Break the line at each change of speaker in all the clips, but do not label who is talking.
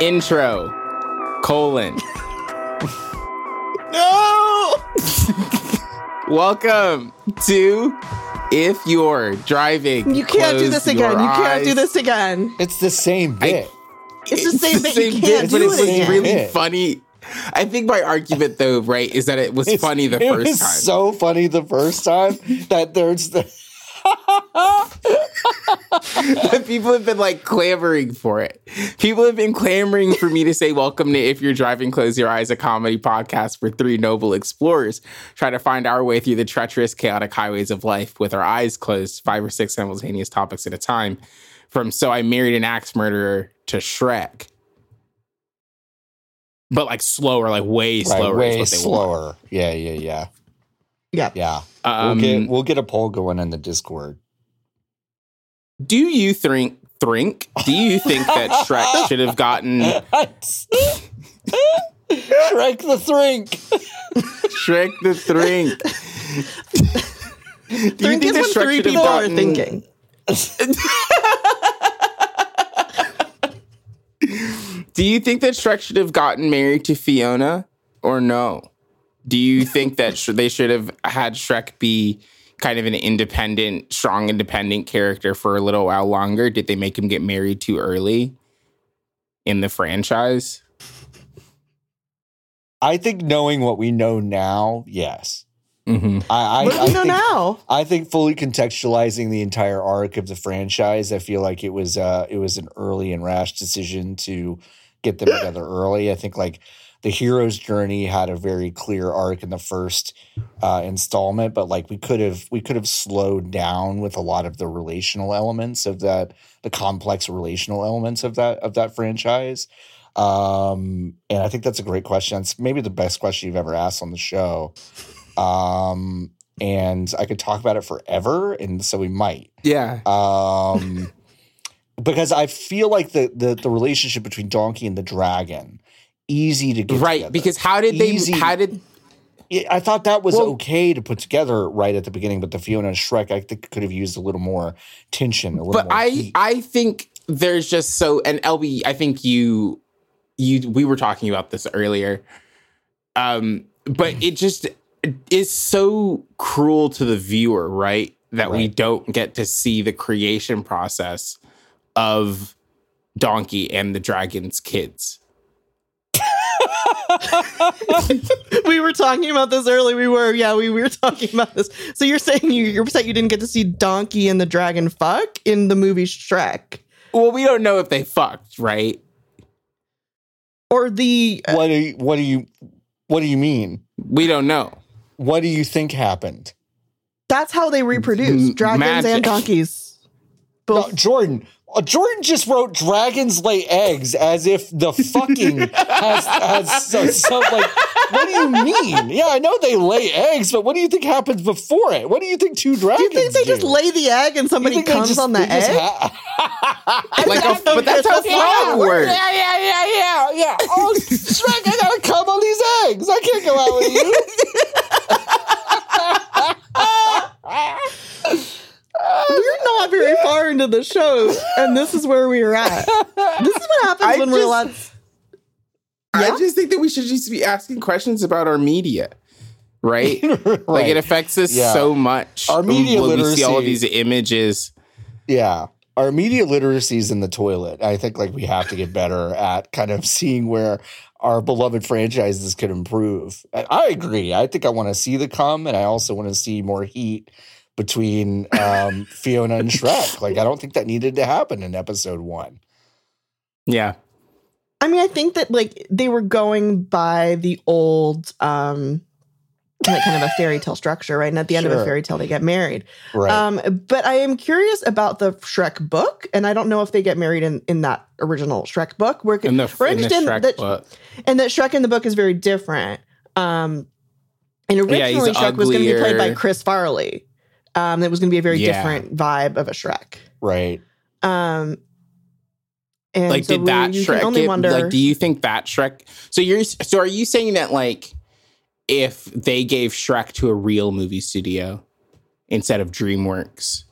intro colon.
No!
Welcome to if you're driving.
You can't do
close
this
your
again. You can't do
eyes.
this again.
It's the same bit.
It's the same
the
thing. You
same bit,
can't
but
do
it
it
was
again.
really
Yeah.
funny. I think my argument though, right, is that it was
It's-
funny the
it
first
was
time.
So funny the first time that there's the
that people have been like clamoring for it. People have been clamoring for me to say welcome to If You're Driving Close Your Eyes, a comedy podcast where three noble explorers try to find our way through the treacherous, chaotic highways of life with our eyes closed, five or six simultaneous topics at a time. From So I Married an Axe Murderer to Shrek. But like slower, like way
right,
slower is
way
what they want.
slower. Yeah, yeah, yeah,
Yeah.
yeah.
Um,
we'll get we'll get a poll going in the Discord.
Do you think think? Do you think that Shrek should have gotten
Shrek the Thrink.
Shrek the Thrink. Do
Thrink is
that
when
Shrek
three
should have
people are
gotten-
thinking.
Do you think that Shrek should have gotten married to Fiona or no? Do you think that sh- they should have had Shrek be kind of an independent, strong, independent character for a little while longer? Did they make him get married too early in the franchise?
I think knowing what we know now, yes.
Mm-hmm.
I, I,
What do
I
we know
think,
now?
I think fully contextualizing the entire arc of the franchise, I feel like it was uh, it was an early and rash decision to get them together early. I think like the hero's journey had a very clear arc in the first uh, installment, but like we could have we could have slowed down with a lot of the relational elements of that the complex relational elements of that of that franchise. Um, and I think that's a great question. It's maybe the best question you've ever asked on the show. Um, and I could talk about it forever, and so we might.
Yeah.
Um, because I feel like the, the the relationship between Donkey and the dragon easy to get
Right.
together.
Because how did they,
Easy.
how did,
Yeah, I thought that was
Well-
okay to put together right at the beginning, but the Fiona and Shrek I think could have used a little more tension, a little
but
more
I
heat.
I think there's just so and LB I think you you we were talking about this earlier um but it just is so cruel to the viewer right that we
Right.
don't get to see the creation process of Donkey and the Dragon's kids
We were talking about this earlier. We were, yeah, we were talking about this. So you're saying you, you're upset you didn't get to see Donkey and the Dragon fuck in the movie Shrek
well we don't know if they fucked right
or the uh,
what do you, what do you what do you mean?
we don't know
What do you think happened?
that's how they reproduce
M-
dragons
magic.
and donkeys. Both.
No, Jordan. Uh, Jordan just wrote "dragons lay eggs" as if the fucking has, has so, so like. What do you mean? Yeah, I know they lay eggs, but what do you think happens before it? What do you think two dragons?
do you think they just lay the egg and somebody comes on the egg?
like a,
don't know
but that's
if
how
it's a
frog
frog.
works
yeah, yeah, yeah, yeah, yeah. Oh, Shrek, I gotta come on these eggs. I can't go out with you.
we're not very far into the show, and this is where we are at. This is what happens
I
when we're
just-
allowed.
I just think that we should just be asking questions about our media, right? Like it affects us
Yeah.
so much.
Our media
when we see all of these
literacy-
images.
Yeah. Our media literacy is in the toilet. I think like we have to get better at kind of seeing where our beloved franchises could improve. I, I agree. I think I want to see the come and I also want to see more heat between um, Fiona and Shrek. Like I don't think that needed to happen in episode one.
Yeah,
I mean, I think that like they were going by the old, um, like kind of a fairy tale structure, right? And at the end of a
Sure.
fairy tale, they get married.
Right.
Um, but I am curious about the Shrek book, and I don't know if they get married in, in that original Shrek book. Where
in the,
we're
in the
interested in
Shrek
that-
book.
and that Shrek in the book is very different. Um, and originally Shrek was going to be played by
uglier.
Chris Farley. Um, it was going to be a very
Yeah.
different vibe of a Shrek.
right.
Um, and
Like,
so
did
we-
that
you
Shrek?
can only
get-
wonder.
Like, do you think that Shrek? So you're so are you saying that like if they gave Shrek to a real movie studio instead of DreamWorks,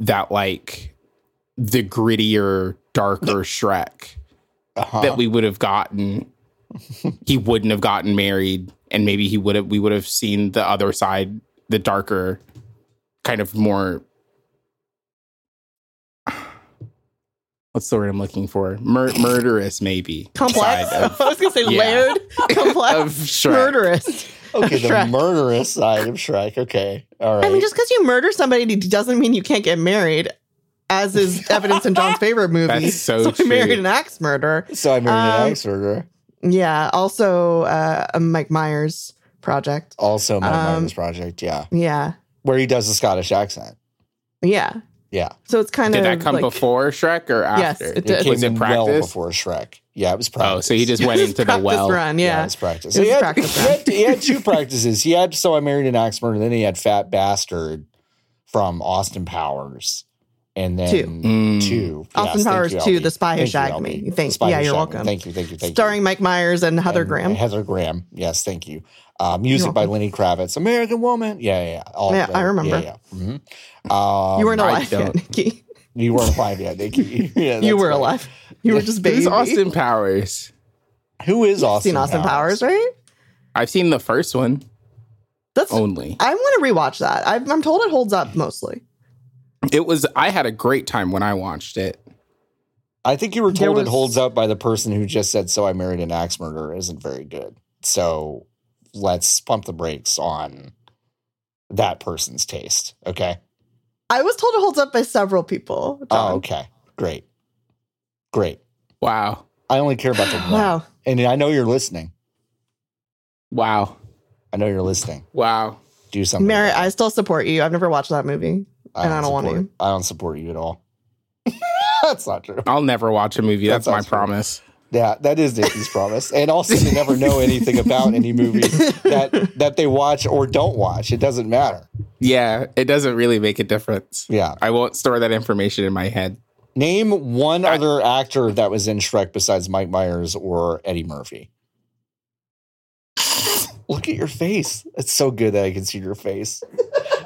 that like the grittier, darker Shrek
Uh-huh.
that we would have gotten. he wouldn't have gotten married, and maybe he would have. We would have seen the other side, the darker, kind of more. What's the word I'm looking for? Mur- murderous, maybe.
Complex.
side
I was gonna say
yeah.
layered, complex,
Of, of Shrek.
murderous.
okay, the
Shrek.
murderous side of Shrek. Okay, all right.
I mean, just because you murder somebody doesn't mean you can't get married, as is evidence in John's favorite movie.
That's so
I married
true.
an axe murderer.
so I'm an
um,
axe murderer.
Yeah. Also, uh, a Mike Myers project.
Also, my
um,
Myers project. Yeah,
Yeah.
where he does a Scottish accent.
Yeah.
Yeah,
So it's kind
Did
of
that come
like,
before Shrek or
Yes,
after?
it did.
came
Was it
in well
practice?
before Shrek. Yeah, it was practice.
oh, so he just went
This
into the
practice
well.
Run, yeah.
it's
It
practice. So he,
was
had,
practice
he, had, he had two practices. He had so I married an axe murderer, and then he had Fat Bastard from Austin Powers, and then two.
Mm.
Austin
Yes, thank
Powers
you,
two,
Albie.
The Spy Who
Thank you,
Shagged
Albie.
Me.
The
Thank-
Spy
yeah,
Who
you're
Shagged Me.
welcome.
Thank you, thank you, thank
starring
you.
Mike Myers and Heather
And-
Graham.
and Heather Graham. Yes, thank you. Uh, music by
welcome.
Lenny Kravitz. American Woman. Yeah, yeah, yeah. All
Yeah,
the-
I remember.
Yeah, yeah. Mhm. Um,
you weren't
I
alive yet,
don't.
Nikki.
You weren't alive yet. Thank you. Yeah, that's
You were
right.
alive. You were just baby.
Who's Austin Powers?
Who is Austin?
Seen Austin Powers, right?
I've seen the first one
That's.
Oh.
only.
I'm gonna rewatch that. I've, I'm told it holds up mostly.
It was I had a great time when I watched it.
I think you were
There
told
was-
it holds up by the person who just said, "So I married an axe murderer." Isn't very good. So let's pump the brakes on that person's taste. Okay.
I was told it holds up by several people. John.
Oh, okay. Great. Great.
Wow.
I only care about the one.
Wow.
And I know you're listening.
Wow.
I know you're listening.
Wow.
Do something.
Mary,
about
I still support you. I've never watched that movie.
it.
and I don't want
support, I don't support you at all. That's not true.
I'll never watch a movie. That's
That
my
sounds weird.
promise.
Yeah, that is Nikki's promise. And also to never know anything about any movies that that they watch or don't watch. It doesn't matter.
Yeah, it doesn't really make a difference.
Yeah.
I won't store that information in my head.
Name one other actor that was in Shrek besides Mike Myers or Eddie Murphy. Look at your face. It's so good that I can see your face.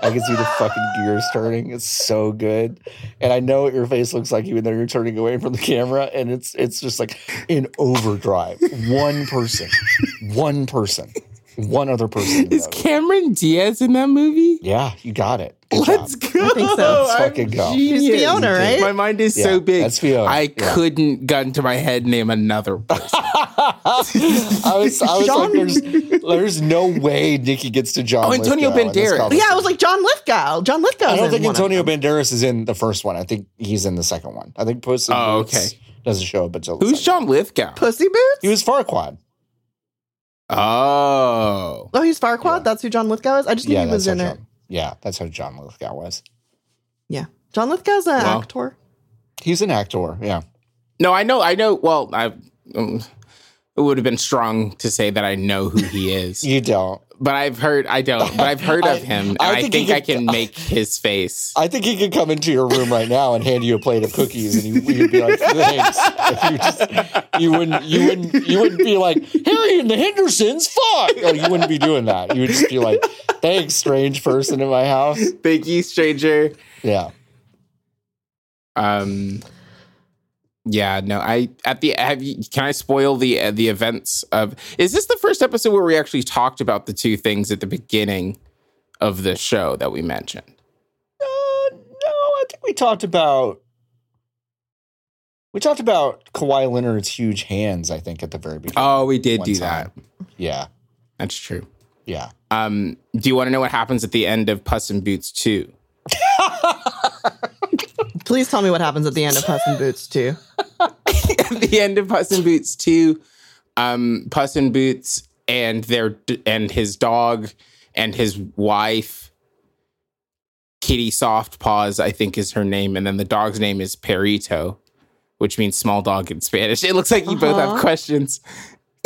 I can see the fucking gears turning. It's so good. And I know what your face looks like even though you're turning away from the camera and it's it's just like in overdrive. One person. One person. One other person. in
Is
that room.
Cameron Diaz in that movie?
Yeah, you got it. Good
Let's
job.
go.
think so.
Let's
I'm
fucking go.
genius.
She's Fiona, right?
My mind is
Yeah,
so big.
that's Fiona.
I
Yeah.
couldn't gun to my head name another person.
I was, I was like,
John-
there's, there's no way Nikki gets to John.
Oh, Antonio
Lithgow in this
Banderas.
But
conversation.
yeah, I was like John Lithgow. John Lithgow.
I don't think Antonio
Of them.
Banderas is in the first one. I think he's in the second one. I think Puss. in
Oh,
Boots
okay.
Doesn't show up until. the
Who's
second one.
John Lithgow?
Pussy Boots.
He was Farquaad.
Oh.
oh, he's Farquaad. That's who John Lithgow is. I just knew
Yeah,
he
that's
was
how
in it.
John, yeah, that's how John Lithgow was.
Yeah, John Lithgow's an
Wow.
actor.
He's an actor. Yeah,
No, I know, I know. Well, I, mm, it would have been strong to say that I know who he is,
you don't.
but I've heard, I don't, but I've heard
I-
of him, and
I
I think,
think he
I
could-
can make his face.
I think he could come into your room right now and hand you a plate of cookies, and you, you'd be like, "Thanks." You, just, you wouldn't. You wouldn't. You wouldn't be like Harry and the Hendersons. Fuck. Oh, you wouldn't be doing that. You would just be like, "Thanks, strange person in my house."
Thank you, stranger.
Yeah.
Um, yeah, no, I at the have you, can I spoil the uh, the events of is this the first episode where we actually talked about the two things at the beginning of the show that we mentioned?
Uh, no, I think we talked about. We talked about Kawhi Leonard's huge hands. I think at the very beginning.
Oh, we did
One
do
time.
that.
Yeah.
That's true.
Yeah.
Um, do you want to know what happens at the end of Puss in Boots 2?
Please tell me what happens at the end of Puss in Boots too.
at the end of Puss in Boots 2, um, Puss in Boots and their and his dog and his wife, Kitty Softpaws, I think is her name, and then the dog's name is Perito, which means small dog in Spanish. It looks like you both have
Uh-huh.
questions.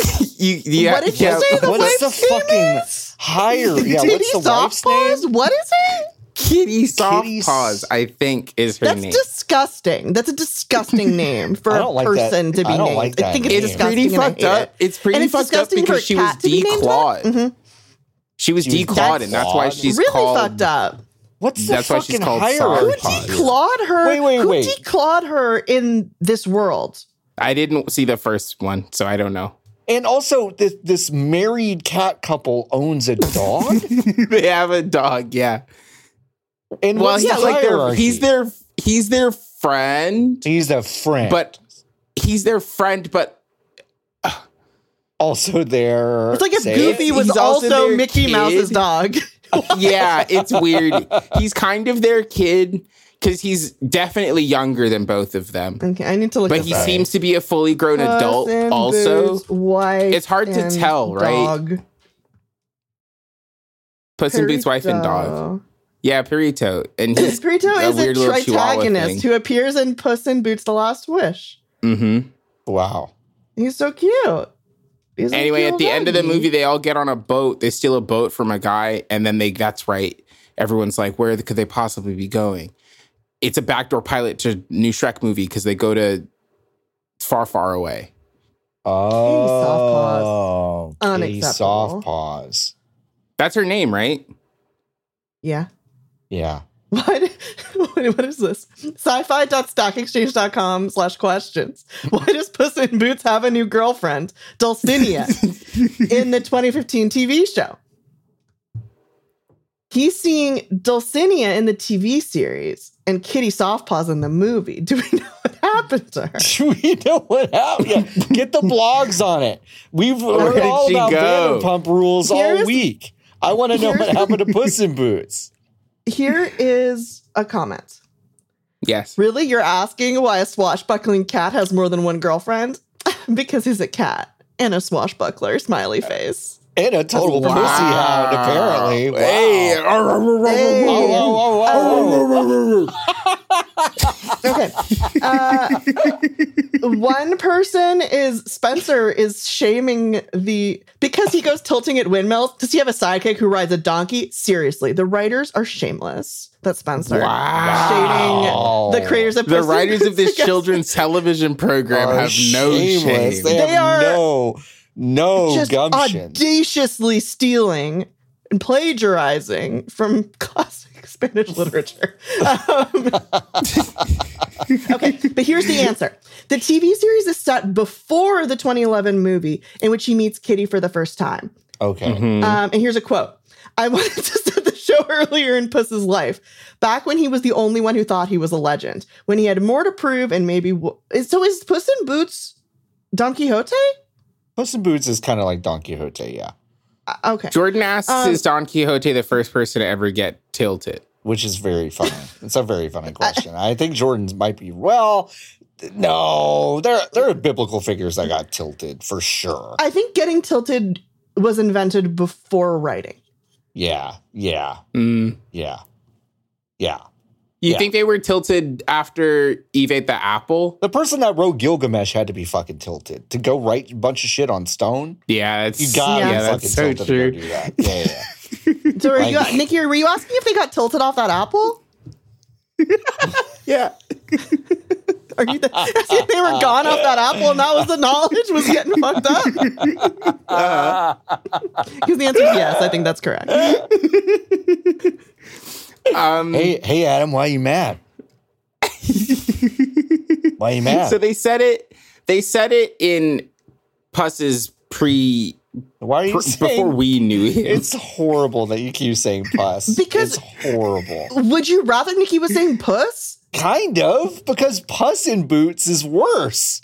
you, you
What
have-
did you
have-
say the
What's the
wife's name
fucking
is?
higher? Yeah.
Titty
What's the wife's
soft
name?
paws? What is it?
Kitty
Kitty
Softpaws, I think, is her
That's
name.
disgusting. That's a disgusting name for
I
a
don't like that.
person to be
I don't
named.
like
I
that
think it's
name.
it's
disgusting.
pretty
and I
fucked
hate
up.
it.
It's pretty
And it's
fucked up
disgusting for
because
a
she was
cat to be named
declawed.
that? Mhm.
She was
She was
declawed, and that's why
declawed?
she's
really
called
fucked up.
What's
That's
the
why
fucking
she's called
higher?
Soft
Who
Paws.
declaw-
Clawed her.
Wait, wait,
Who
wait.
declawed her in this world?
I didn't see the first one, so I don't know.
And also, this this married cat couple owns a dog.
they have a dog, yeah.
And
Well,
what's
yeah,
the
like their,
hierarchy?
he's their he's their friend,
He's a friend,
but he's their friend, but
also there.
It's like if
say
Goofy
it.
was
He's also
also,
their
Mickey
kid.
Mouse's dog.
yeah, it's weird. He's kind of their kid because he's definitely younger than both of them,
okay, I need to look.
but
this
he
up.
seems to be a fully grown adult.
Puss in
Also,
Boots, wife.
It's hard to
and
tell, right?
Dog.
Puss in Boots, wife and dog. Yeah, Perito, and he's
Grito
a
is a
weird little Chihuahua
triantagonist
thing.
who appears in Puss in Boots: The Last Wish.
hmm
Wow.
He's so cute. He's a
Anyway,
cute
at the end of the
doggy.
movie, they all get on a boat. They steal a boat from a guy, and then they that's right. Everyone's like, where could they possibly be going? It's a backdoor pilot to new Shrek movie because they go to far, far away.
Oh,
paws.
kitty
Unacceptable.
soft paws.
That's her name, right?
yeah.
Yeah.
What? Wait, what is this? Sci-fi.stockexchange.com slash questions. Why does Puss in Boots have a new girlfriend, Dulcinea, in the 2015 TV show? He's seeing Dulcinea in the TV series and Kitty Softpaws in the movie. Do we know what happened to her?
Do we know what happened? Yeah. Get the blogs on it. We've
Where
heard
did
all
she
about
go?
Vanderpump rules all
Here's-
week. I want to know what
here's-
happened to Puss in Boots.
Here is a comment.
Yes.
Really? You're asking why a swashbuckling cat has more than one girlfriend? because he's a cat and a swashbuckler, smiley face.
And a total
Wow.
pussy hound, apparently. Wow.
Hey. Oh,
Hey.
Whoa, whoa, whoa, whoa, whoa.
Okay. Uh, one person is Spencer is shaming the because he goes tilting at windmills. Does he have a sidekick who rides a donkey? Seriously, the writers are shameless. That's Spencer.
Wow.
Shading the creators of
The
Puss in
writers of
Boots
this
against-
children's television program
Are
have no
shameless.
shame.
They,
They
have
are
no, no
just
Oh, gumption.
audaciously stealing and plagiarizing from classic Spanish literature. Um, okay, but here's the answer. The TV series is set before the 2011 movie in which he meets Kitty for the first time.
okay.
Mhm.
Um, and here's a quote. I wanted to set the show earlier in Puss's life, back when he was the only one who thought he was a legend, when he had more to prove and maybe. W- so is Puss in Boots Don Quixote?
Puss in Boots is kind of like Don Quixote, yeah.
Uh, Okay.
Jordan asks,
Um,
is Don Quixote the first person to ever get tilted?
Which is very funny. it's a very funny question. I think Jordan's might be well. No, there there are biblical figures that got tilted for sure.
I think getting tilted was invented before writing.
Yeah, yeah,
Mm.
yeah, yeah.
You
Yeah.
think they were tilted after Eve ate the apple?
The person that wrote Gilgamesh had to be fucking tilted to go write a bunch of shit on stone.
Yeah, it's,
You got
yeah,
yeah, fucking
that's so
tilted to go
true.
do that. Yeah, yeah.
So, are you,
Like-
Nikki, were you asking if they got tilted off that apple?
Yeah.
Are you th- as if they were gone off that apple and that was the knowledge was getting fucked up? Because the answer is yes. I think that's correct.
Um,
hey, hey, Adam, why you mad? why you mad?
So they said it. They said it in Puss's pre,
why are you
pre-
saying
before we knew him.
It's horrible that you keep saying pus.
Because-
it's horrible.
Would you rather Nikki was saying puss?
Kind of, because pus in boots is worse.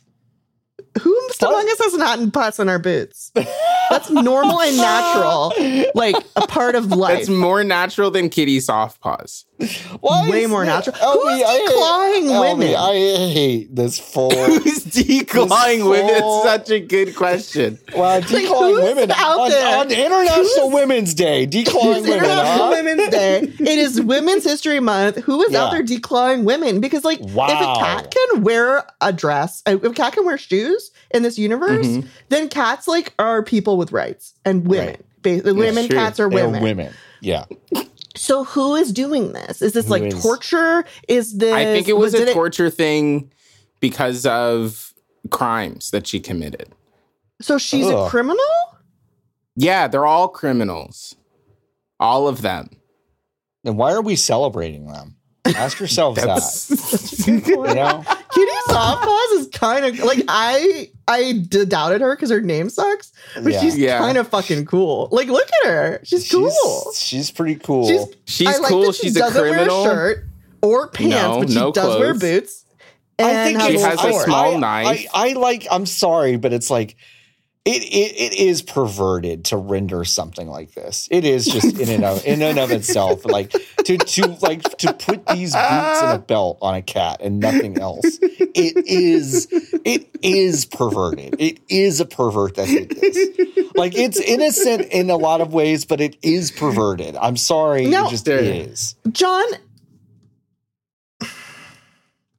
Who among us has not in pus in our boots? That's normal and natural, like a part of life.
it's more natural than Kitty Soft Paws.
Why
Way
is
more
that-
natural.
Ellie,
Who's
I hate-
declawing
Ellie,
women?
I hate this full.
Who's declawing women?
whole-
It's such a good question.
wow, declawing
who's
women
out
on,
there?
on International Women's Day. Declawing
It's
women.
International
huh?
Women's Day. It is Women's History Month. Who is out
Yeah.
there declawing women? Because like,
Wow.
if a cat can wear a dress, uh, if a cat can wear shoes in this universe,
Mhm.
then cats like are people with rights and women.
Mm-hmm. Right.
Ba- the women,
true.
cats are
They're
women.
women. Yeah.
So who is doing this? Is this
Who
like
is-
torture? Is this?
I think it was,
did
a torture thing because of crimes that she committed.
So she's a
Ugh.
criminal.
Yeah, they're all criminals. All of them.
Then why are we celebrating them? Ask yourselves that.
That's-
You know?
Kitty Soft Paws is kind of like I I d- doubted her because her name sucks, but
Yeah.
she's
Yeah.
kind of fucking cool. Like, look at her. She's cool.
She's pretty cool.
She's
She's
I like
cool.
that she
She's a
doesn't
criminal.
Wear a shirt or pants,
No,
but she
no
does wear
clothes.
boots.
I
And
think
She
it's-
has a
I-
sword.
small
I-
knife.
I, I like. I'm sorry, but it's like it, it. It is perverted to render something like this. It is just in and of in and of itself. Like to to like to put these boots and a belt on a cat and nothing else. It is it is perverted. It is a pervert that did this. Like it's innocent in a lot of ways, but it is perverted. I'm sorry,
No.
it just
There.
is.
John,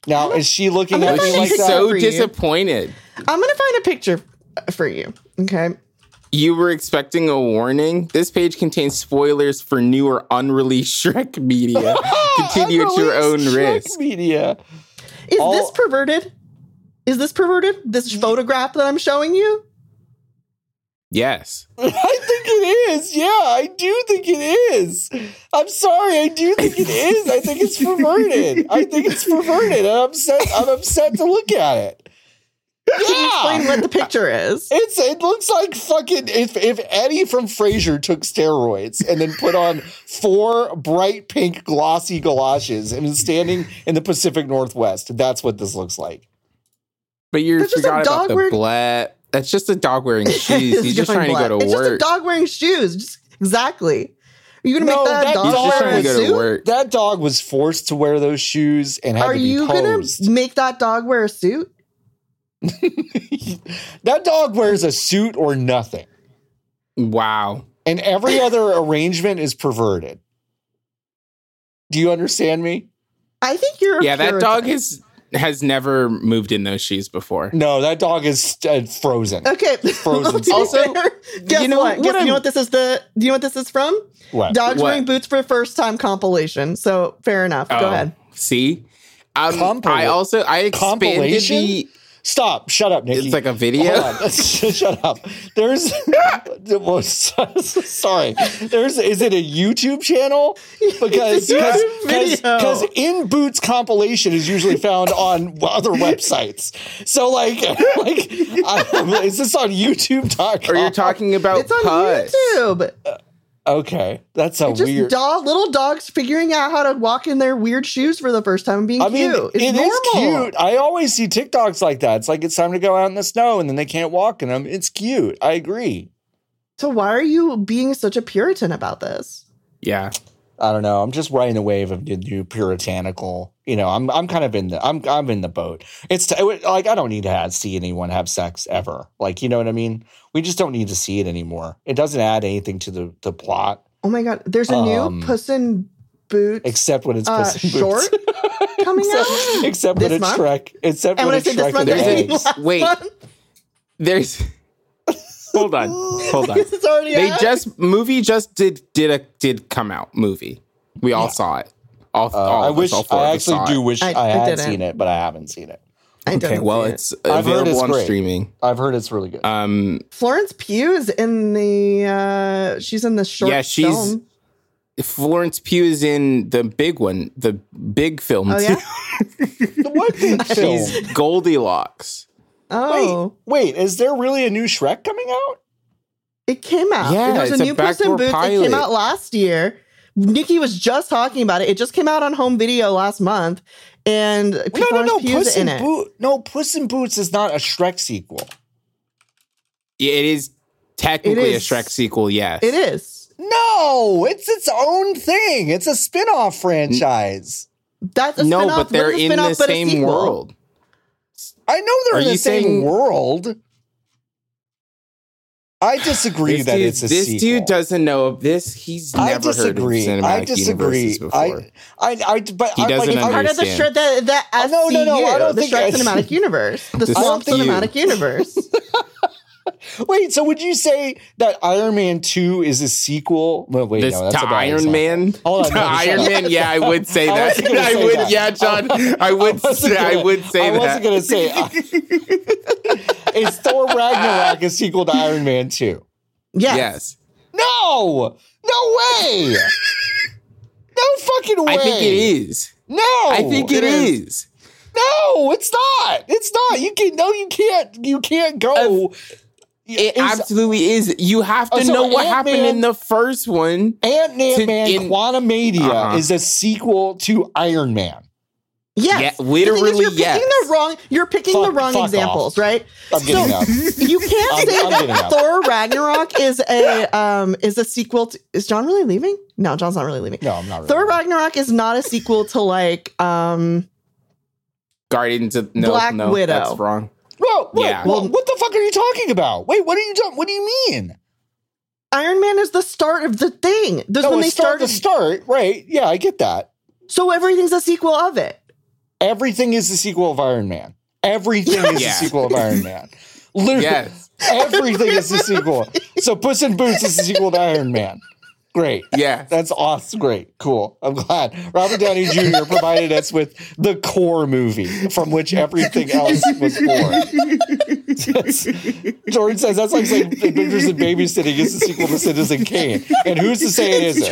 Now is she
I'm
looking at
gonna
me
find
like
a
She's
that?
so
for you.
disappointed.
I'm gonna find a picture for you. Okay.
You were expecting a warning. This page contains spoilers for new or unreleased Shrek media. Continue at your own
Unreleased Shrek
risk.
Media.
Is
All-
this perverted? Is this perverted? This photograph that I'm showing you?
Yes.
I think it is. Yeah, I do think it is. I'm sorry. I do think it is. I think it's perverted. I think it's perverted. and I'm upset. I'm upset to look at it.
Explain
Yeah.
what the picture is.
It's it looks like fucking if if Eddie from Frasier took steroids and then put on four bright pink glossy galoshes and is standing in the Pacific Northwest. That's what this looks like.
But you
That's just a
forgot
dog
about the
wearing-
bla- That's just a dog wearing shoes. He's just
going
trying
black.
to go to
it's
work.
Just a dog wearing shoes. Just, exactly. Are you gonna
No,
make that,
that
a dog
He's just
wear
trying to
a
go to
suit?
work.
That dog was forced to wear those shoes and had
Are
to be
you
posed.
gonna make that dog wear a suit?
that dog wears a suit or nothing.
Wow.
And every other arrangement is perverted. Do you understand me?
I think you're. a
Yeah, that
Puritan.
dog has has never moved in those shoes before.
No, that dog is uh, frozen.
Okay.
Frozen
Well, to be
Also,
fair, guess
you know
what?
what
Guess, you
I'm-
know what this is the. Do you know what this is from?
What?
Dogs
What?
wearing boots for first time compilation. So fair enough. Go
Oh,
ahead.
See, um,
Compil-
I also I expanded
Compilation?
the.
Stop. Shut up, Nikki.
It's like a video.
Hold on. Shut up. There's well, sorry. There's is it a YouTube channel? Because
YouTube video.
because in boots compilation is usually found on other websites. So like like I, is this on YouTube.com?
Or you're talking about
It's on
pus.
YouTube.
Okay, that's a
Just
weird.
dog, little dogs figuring out how to walk in their weird shoes for the first time and being
I mean,
cute. It's
it
normal.
is cute. I always see TikToks like that. It's like it's time to go out in the snow, and then they can't walk in them. It's cute. I agree.
So why are you being such a Puritan about this?
Yeah.
I don't know. I'm just riding the wave of the new puritanical. You know, I'm I'm kind of in the I'm I'm in the boat. It's t- like I don't need to have, see anyone have sex ever. Like you know what I mean? We just don't need to see it anymore. It doesn't add anything to the the plot
Oh my god, there's a
Um,
new Puss in Boots
except when it's
uh,
Puss in Boots.
short coming
except,
out.
except when
This
it's
month?
Shrek. Except
And
when
when I
it's
said this
Shrek.
month,
and
I
there's
mean
eggs.
eggs.
last
Wait.
month.
There's. hold on. Hold on.
This is already
They
out.
just movie just did did a did come out movie. We all saw it. All,
Uh,
all
I
of us,
wish.
all four
I
of us
actually
saw it.
do wish I,
I- I
had
didn't.
seen it, but I haven't seen it.
I don't
Okay, well,
see it.
it's
I've heard
available
it's
on
great.
streaming.
I've heard it's really good.
Um,
Florence Pugh's in the uh she's in the short
Yeah, she's-
film.
Florence Pugh is in the big one, the big film.
Oh
too.
yeah.
what big film?
She's Goldilocks.
Oh.
Wait, is there really a new Shrek coming out?
It came out.
Yeah,
There's
it's
a
a
new Puss in
backdoor
Boots. It
pilot.
came out last year. Nikki was just talking about it. It just came out on home video last month, and
No, no,
Florence
no.
Pugh's
Puss in
in it.
Boots. No, Puss in Boots is not a Shrek sequel.
Yeah, It is technically
is.
a Shrek sequel. Yes,
It is.
No, it's its own thing. It's a spin-off franchise.
That's a
No,
spin-off,
but they're
it's a
in
spin-off,
the
but a
same
sequel.
world.
I know they're
Are
in the
you
same
saying-
world. I disagree
This,
that
dude,
it's a
this
sequel.
dude doesn't know of this. He's never
I disagree.
heard of cinematic
I disagree.
universes before.
I, I, I, but
He
I'm
doesn't
like, if I-
Part of the
Understand.
Shrek that that
Oh,
SCU,
no, no, no, I don't
the
think
Shrek
I-
cinematic universe, the
The
Swamp
SCU.
cinematic universe.
Wait, so would you say that Iron Man 2 is a sequel? Well, wait,
this
no, that's
to
a bad
Iron
example.
Man.
Hold on,
To
no, shut
Iron
up.
Man. Yeah, I would say
I
that.
wasn't gonna
I
say
would.
that.
Yeah, John. I would.
wasn't
say,
gonna-
I would say
I
that.
wasn't going to say. I- is Thor Ragnarok a sequel to Iron Man 2?
Yes.
yes.
No! No way! No fucking way!
I think it is.
No!
I think it
it is.
is.
No, it's not. It's not. You can no, you can't. You can't go.
It
It's-
absolutely is. You have to
Oh, so
know what
Ant-Man-
happened in the first one.
Ant-Man
To-
Man
in-
Quantumania
Uh-huh.
is a sequel to Iron Man.
Yes.
Yeah,
The thing is,
literally,
You're picking
yes.
the wrong. You're picking
Fuck-
the wrong
fuck
examples,
off.
right?
I'm getting up.
You can't
I'm-
say
I'm getting
that
up.
Thor Ragnarok is a um is a sequel. To, is John really leaving? No, John's not really leaving.
No, I'm not really.
Thor Ragnarok is not a sequel to like um
Guardians of no,
Black
no,
Widow.
That's wrong.
Whoa, whoa,
Yeah.
whoa,
Well-
what the fuck are you talking about? Wait, what are you talking? What do you mean?
Iron Man is the start of the thing. That's
No,
when
it's
they
start to
started.
start, right? Yeah, I get that.
so everything's a sequel of it.
Everything is the sequel of Iron Man. Everything is the
Yeah.
sequel of Iron Man. Literally,
Yes.
everything is the sequel. So Puss in Boots is the sequel to Iron Man. Great.
Yeah.
That's awesome. Great. Cool. I'm glad. Robert Downey Jr. provided us with the core movie from which everything else was born. Jordan says that's like saying Adventures in Babysitting is the sequel to Citizen Kane. And who's to say it isn't?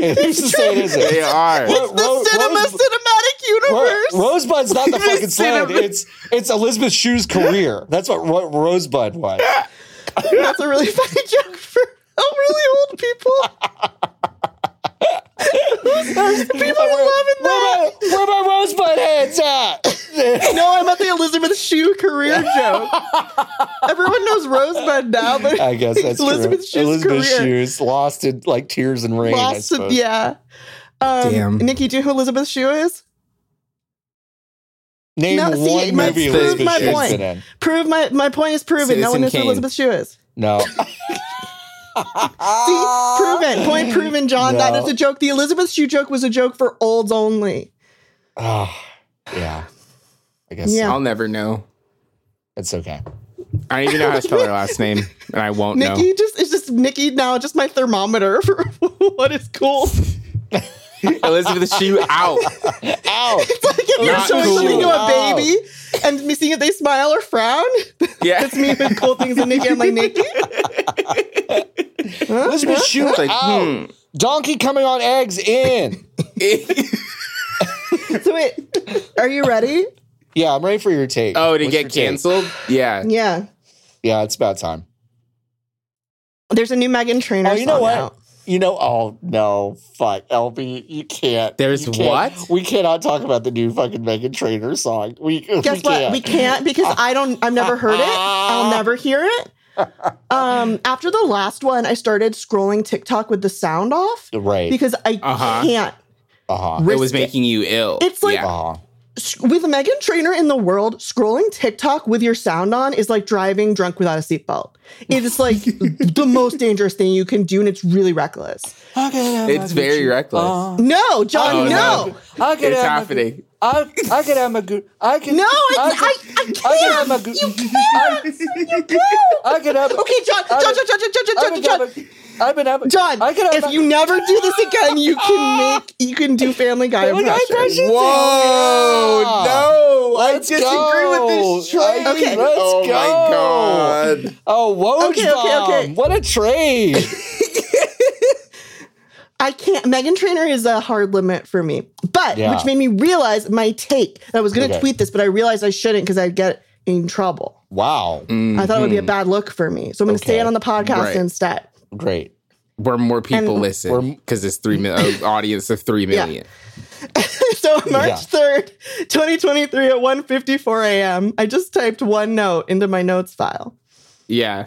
And who's to say it
They
isn't?
are.
Ro-
The
Ro-
cinema
Rose-
cinematic
Ro-
universe.
Rosebud's not the fucking sled.
cinema-
It's it's Elizabeth Shue's career. That's what Ro- Rosebud was.
That's a really funny joke for really old people.
People are loving that. Where my, where my Rosebud heads at?
No, I'm at the Elizabeth Shue career joke. Everyone knows Rosebud now, but
I guess that's
Elizabeth
true.
Shue's
Elizabeth
career.
Shoes lost in like tears and rain. I
lost.
suppose.
yeah. Um,
Damn.
Nikki, do you know who Elizabeth Shue is?
Name
No, see,
one
my-
movie
prove
Elizabeth
my
Shoes
point.
been in.
Prove my my point is proven. no
Citizen
one knows who
Kane.
Elizabeth Shue is.
No.
See, proven. Point proven, John. That
No.
is a joke. The Elizabeth Shue joke was a joke for olds only.
Ah, yeah. I guess
Yeah.
yeah.
I'll never know.
it's okay.
I don't even know how to spell her last name, and I won't
Nikki just it's just Nikki now, just my thermometer for what is cool.
know. Elizabeth Shue out.
Ow!
Like if you're
Not
showing
cool.
something to a
Wow.
baby and me seeing if they smile or frown,
Yeah.
that's me with cool things and Nikki. I'm like, Nikki?
Elizabeth Shue
It's like,
out.
hmm.
Donkey coming on eggs in. hmm.
So wait, are you ready?
Yeah, I'm ready for your take.
oh, to
What's your
get
take?
canceled? Yeah.
Yeah.
Yeah, it's about time.
There's a new Megan Trainor.
Oh, you know
song
what?
out.
You know, oh no, fuck, LB, you can't.
There's
you can't-
what?
We cannot talk about the new fucking Megan Trainor song. We
Guess
we
what?
Can't.
We can't because I don't. I've never heard it. I'll never hear it. Um, after the last one, I started scrolling TikTok with the sound off
Right.
because I
Uh-huh.
can't.
uh huh.
It was
risk it.
making you ill.
It's like-
Yeah.
Uh huh.
S- With Megan Trainor in the world, scrolling TikTok with your sound on is like driving drunk without a seatbelt. It is like the most dangerous thing you can do, and it's really reckless.
It's very reckless.
No, John,
Oh,
no.
no.
I could
It's
have
happening.
A, I, I could have a good. I can.
No, it's, I,
I, could-
I
I could
can't.
have a good.
You can't. You can't.
I could have. a-
Okay, John, John,
I
John,
could-
John, John, John, John,
I
John,
could
John.
have a- I could have. a-
John,
I could have.
if
a-
you never do this again, you can make you can do Family Guy
Family Guy
impressions.
impressions?
Whoa!
Yeah.
No,
Let's
I disagree
go.
with this trade.
I-
Okay.
let's
oh
go.
my god!
Oh, Woj
Okay, okay, okay.
bomb. What a trade.
I can't. Megan Trainor is a hard limit for me, but
Yeah.
which made me realize my take. I was going to
Okay.
tweet this, but I realized I shouldn't because I'd get in trouble.
wow.
Mm.
I thought it would be a bad look for me, so I'm going to say
Mm-hmm. Okay.
it on the podcast
Right.
instead.
Great.
Where more people
And-
listen
We're-
because it's three million audience of three million.
so on March 3rd, 2023 at 1:54 a.m., I just typed one note into my notes file.
Yeah.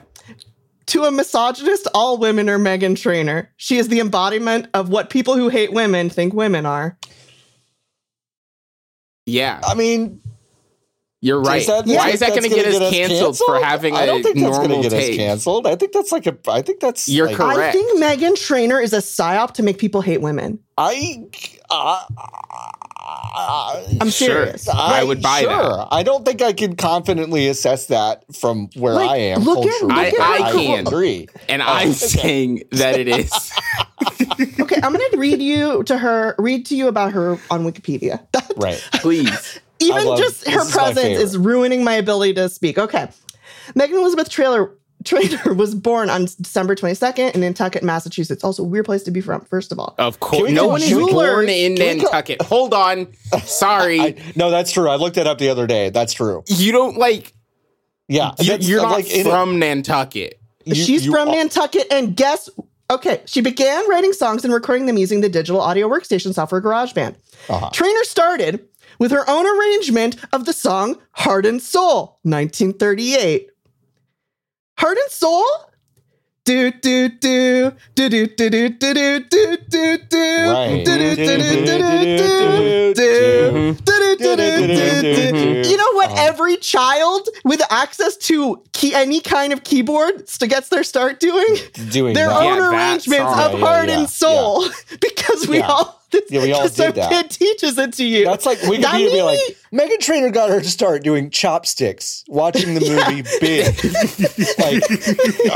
To a misogynist, all women are Megan Trainor. She is the embodiment of what people who hate women think women are.
yeah,
I mean,
You're right.
Is that-
Why
that's-
is that
that's
going to get,
gonna
us canceled, for having
I don't
a
think that's gonna
normal
get us
take?
canceled. I think that's like a. I think that's.
You're
like,
correct.
I think Megan Trainor is a psyop to make people hate women.
I. Uh,
I'm
Sure.
serious.
I would buy
sure.
that.
I don't think I can confidently assess that from where
Like,
I am.
look at-
culturally.
look at I- I how-
can
can.
agree.
And
Oh,
I'm
okay.
saying that it is.
Okay, I'm going to read you to her, read to you about her on Wikipedia.
Right.
Please.
Even
I love-
just
this
her
is my
presence
favorite.
is ruining my ability to speak. Okay. Megan Elizabeth Trailer Trader was born on December 22nd in Nantucket, Massachusetts. Also, a weird place to be from, first of all.
Of
Can
course,
we
no
go
one is
jewelers?
born in
Can we go-
Nantucket. Hold on, sorry,
I, no, that's true. I looked that up the other day. That's true.
you don't like.
Yeah,
You,
that's-
you're
I'm
not
in it.
from Nantucket.
You-
She's
you
from
are-
Nantucket, and guess okay, she began writing songs and recording them using the digital audio workstation software GarageBand.
Uh-huh.
Trainer started with her own arrangement of the song Heart and Soul, 1938. Heart and Soul? Do do do do do do do do do do do do
Right.
do do do do do do do
Mm-hmm.
you know what?
Uh-huh.
Every child with access to key, any kind of keyboard st- gets their start doing
Doing
their
that.
own
Yeah, that
arrangements
song.
of
Yeah, yeah,
heart
yeah,
and soul because we
Yeah.
all
Yeah, we all
because
did
our
that.
kid teaches it to you.
That's like Wikipedia
That
would be
made
like
me-
Megan Trainor got her start doing chopsticks, watching the movie Big. like,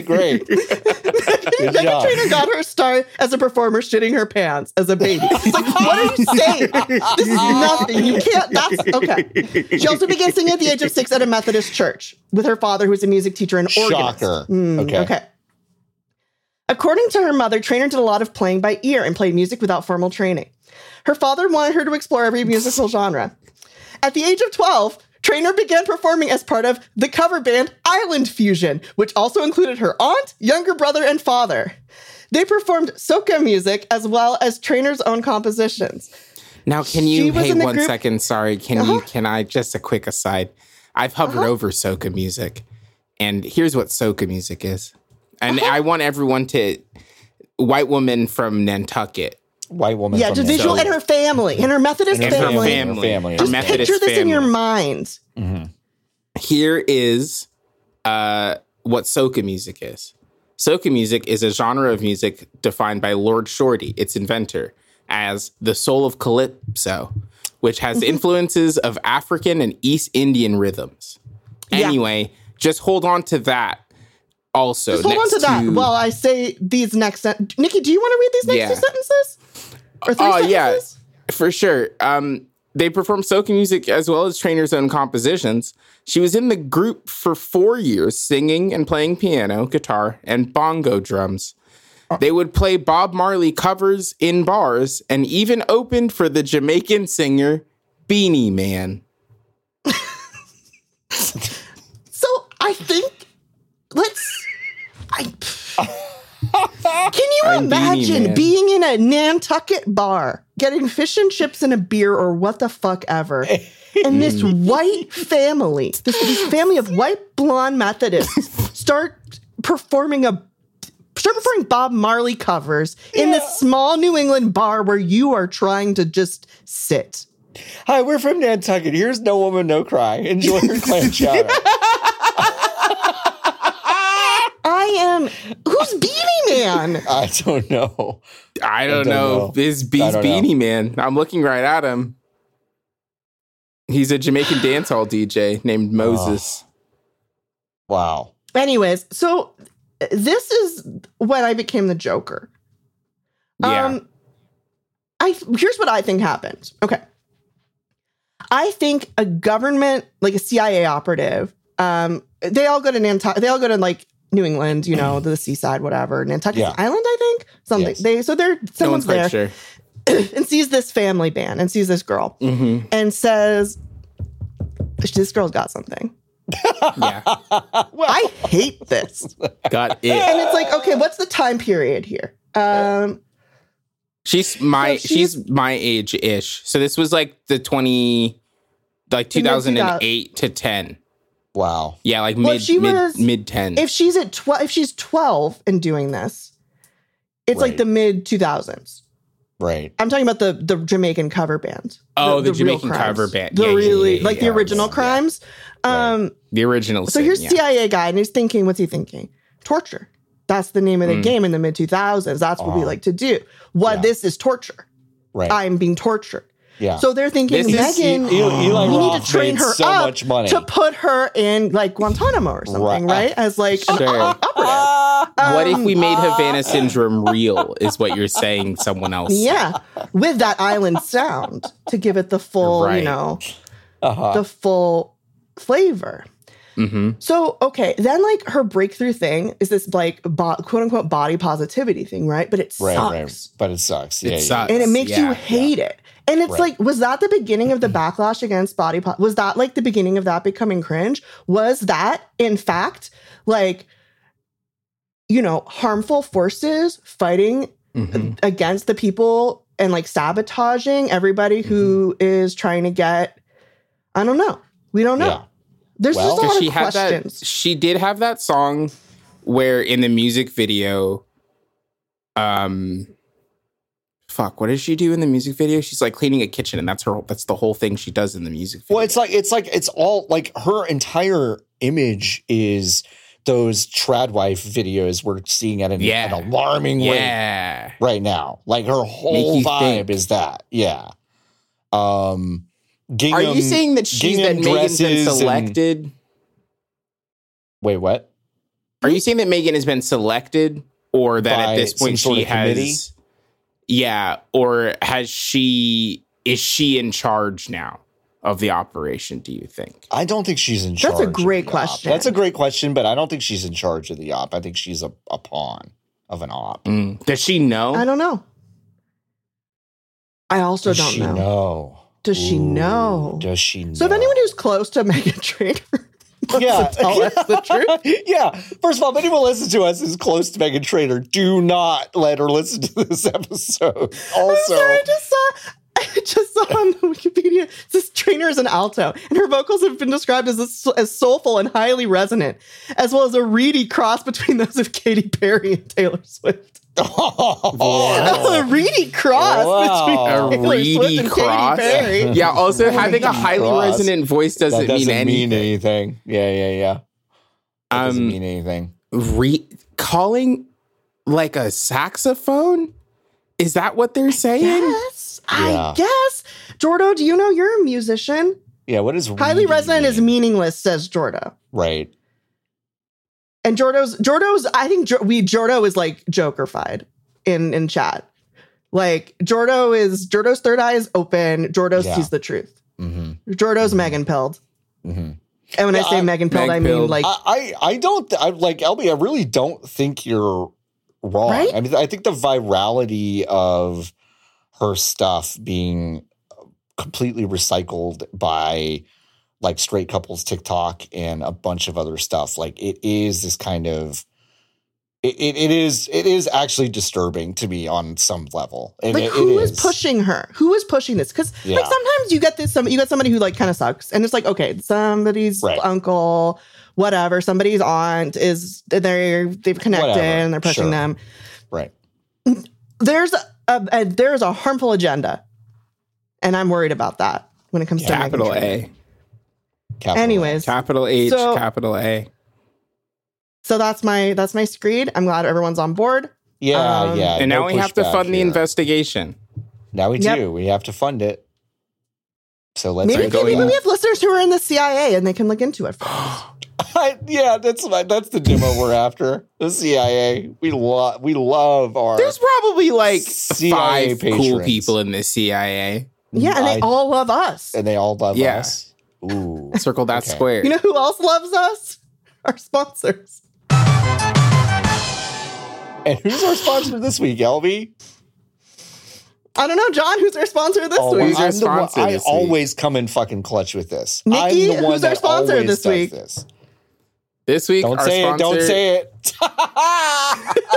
great. Good
Meghan
job.
Trainor got her start as a performer shitting her pants as a baby. It's like, what are you saying? This is nothing. You can't. That's okay. She also began singing at the age of six at a Methodist church with her father, who was a music teacher and organist.
Shocker.
Mm,
Okay.
According to her mother, Trainer did a lot of playing by ear and played music without formal training. Her father wanted her to explore every musical genre. At the age of 12, Trainer began performing as part of the cover band Island Fusion, which also included her aunt, younger brother, and father. They performed soca music as well as Trainer's own compositions.
Now, can
She
you?
was
Hey,
in
one
the
second.
group- Uh-huh.
Sorry, can you? Can I? Just a quick aside. I've hovered over soca music, and here's what soca music is. And
Uh-huh.
I want everyone to white woman from Nantucket
White woman.
Yeah,
from
just visual and
Minnesota.
her family and her Methodist
And
and her
family.
family,
family.
her
Just
Just
Methodist
picture this in your
family.
mind.
here is uh, what soca music is. Soca music is a genre of music defined by Lord Shorty, its inventor, as the soul of calypso, which has
Mm-hmm.
influences of African and East Indian rhythms.
Yeah.
Anyway, just hold on to that. Also,
Just hold on
next
to that while I say these next sen- Nikki, do you want to read these next
Yeah.
two sentences? Or three
Oh, yeah.
sentences?
For sure. Um, they perform soca music as well as Trainer's own compositions. She was in the group for four years, singing and playing piano, guitar, and bongo drums.
Uh.
They would play Bob Marley covers in bars and even opened for the Jamaican singer Beanie Man.
So I think let's. I, can you
I'm Beanie
imagine
Man.
being in a Nantucket bar, getting fish and chips and a beer or what the fuck ever, and this white family, this, this family of white blonde Methodists, start performing a start performing Bob Marley covers in this small New England bar where you are trying to just sit.
Hi, we're from Nantucket. Here's No Woman, No Cry. Enjoy your clam chowder.
I am who's Beanie Man?
I don't know.
I don't,
don't
know.
know.
This Be's
I don't know.
Beanie Man. I'm looking right at him. He's a Jamaican dancehall DJ named
Oh.
Moses.
Wow.
Anyways, so uh, this is when I became the Joker. Um,
yeah.
Um,
I here's what I think happened. Okay. I think a government, like a CIA operative, um, they all go to Nantucket, they all go to like New England, you know, the seaside, whatever, Nantucket
Yeah.
Island, I think. Something.
Yes.
They so they're
no one's
someone's
quite
there
sure.
and sees this family band and sees this girl
hmm
Mm-hmm.
and says, This girl's got something.
Yeah.
I hate this.
Got it.
and it's like, okay, what's the time period here? Um,
She's my
So
she's,
she's-
my age ish. So this was like the twenty like two
In the
thousand and eight to ten.
Wow.
Yeah, like
Well,
mid
she
mid
was-
mid ten.
if she's at twelve, if she's twelve and doing this, it's like
Right.
the mid two thousands.
Right.
I'm talking about the the Jamaican cover band.
Oh, the
real
Jamaican
Crimes.
cover band.
The
Yeah, yeah,
really
yeah, yeah,
like the
yeah,
original
yeah.
crimes.
Right.
Um,
the original.
so
sin,
here's
yeah.
CIA guy, and he's thinking, what's he thinking? Torture. That's the name of the
Mm.
game in the mid two thousands. That's what we
Uh-huh.
like to do. What
Yeah.
this is torture.
Right.
I'm being tortured.
yeah.
So they're thinking,
This is-
Megan,
E- Eli
we need
Roth
to train
made
her
so
up
much money.
to put her in like Guantanamo or something,
Right.
right? As like an
Sure.
o- operative.
Ah,
what if
Um,
we made Havana syndrome real? Is what you're saying? Someone else.
Yeah, with that island sound to give it the full,
Right.
you know,
uh-huh.
the full flavor.
hmm
So, okay, then like her breakthrough thing is this like bo- quote unquote body positivity thing, right? But it
Right,
sucks.
right. But it sucks.
It
Yeah, yeah.
sucks.
And it makes
Yeah,
you hate it. And it's
Right.
like, was that the beginning of the backlash against body? Po- was that like the beginning of that becoming cringe? Was that, in fact, like, you know, harmful forces fighting
hmm
against the people and like sabotaging everybody who is trying to get, I don't know. We don't know.
Yeah.
There's
Well-
just a
Because
lot
she
of
had that.
questions.
She did have that song where in the music video, um, fuck, what does she do in the music video? She's like cleaning a kitchen, and that's her. That's the whole thing she does in the music. Video.
Well, it's like it's like it's all like her entire image is those trad wife videos we're seeing at an,
Yeah.
an alarming rate
yeah,
right now. Like her whole
you
vibe
think.
is that. Yeah. Um
Are
gingham-
you saying that she's that
gingham
Megan's been
dresses and-
selected?
Wait, what?
Are you saying that Megan has been selected, or that
By
at this point
some sort
she
of committee?
has? Yeah, or has she? Is she in charge now of the operation? Do you think?
I don't think she's in
That's a
charge. of
great
the op.
question.
That's a great question, but I don't think she's in charge of the op. I think she's a, a pawn of an op.
Mm. Does she know?
I don't know. I also
Does
don't
she
know.
know?
Does she know?
Does she know?
So if anyone who's close to Megan Trainor wants
Yeah.
to tell us the truth,
yeah. First of all, if anyone listens to us is close to Megan Trainer, do not let her listen to this episode. Also,
I'm sorry, I just saw. I just saw on the Wikipedia this trainer is an alto, and her vocals have been described as as soulful and highly resonant, as well as a reedy cross between those of Katy Perry and Taylor Swift.
Oh.
a reedy cross
Wow.
between
a
Taylor Swift
reedy
and
cross.
Katy Perry.
Yeah. Also, having a
God.
highly
Cross.
resonant voice
that
doesn't,
doesn't mean
mean
anything.
anything.
Yeah, yeah, yeah. That doesn't
Um,
mean anything.
re- calling like a saxophone. Is that what they're saying?
Yes, I
Yeah.
guess. Jordo, do you know you're a musician?
Yeah, what is
Highly
reedy
resonant is
mean?
meaningless, says Jordo.
right?
And Jordo's Jordo's. I think Jo- we Jordo is like Jokerfied in in chat. Like Jordo is Jordo's third eye is open. Jordo
Yeah.
sees the truth.
hmm
Jordo's
Mhm.
Megan pilled.
hmm
And when I
Yeah,
say
I-
Megan pilled, I mean
Meg-pilled.
like
I, I I don't I like Elby. I really don't think you're wrong.
Right?
I mean, I think the virality of her stuff being completely recycled by like straight couples TikTok and a bunch of other stuff. Like it is this kind of it, it, it is it is actually disturbing to me on some level. And
like
it-
who
it
is pushing her? Who is pushing this? Because
Yeah.
like sometimes you get this some you got somebody who like kind of sucks, and it's like okay, somebody's
Right.
uncle, whatever, somebody's aunt is they're they've connected
Whatever.
and they're pushing
Sure.
them.
right?
There's a, a there's a harmful agenda, and I'm worried about that when it comes to Meghan
Capital
Trainor.
A.
Capital.
Anyways,
Capital H.
So-
capital A.
so that's my that's my screed. I'm glad everyone's on board.
yeah,
um,
yeah.
And
no
now we have to
pushback
fund the
here.
investigation.
Now we
Yep.
do. We have to fund it. So let's
Maybe,
get to
maybe
that.
we have listeners who are in the CIA and they can look into it. for us.
I, yeah, that's my, that's the demo we're after. The CIA. We love we love our
There's probably like
CIA
five cool
patrons.
people in the CIA.
Yeah, and they
I-
all love us.
and they all love
Yeah.
us. Ooh.
Circle that
Okay.
square.
You know who else loves us? Our sponsors.
And who's our sponsor this week, Elvie?
I don't know, John, who's our sponsor this
Oh,
week?
Who's our
I'm the one,
sponsor
I
this week?
always come in fucking clutch with this.
Nikki,
I'm the one
who's our
that
sponsor
always
this
does
week?
This.
this week,
Don't
our
say it. Don't
sponsor
say it.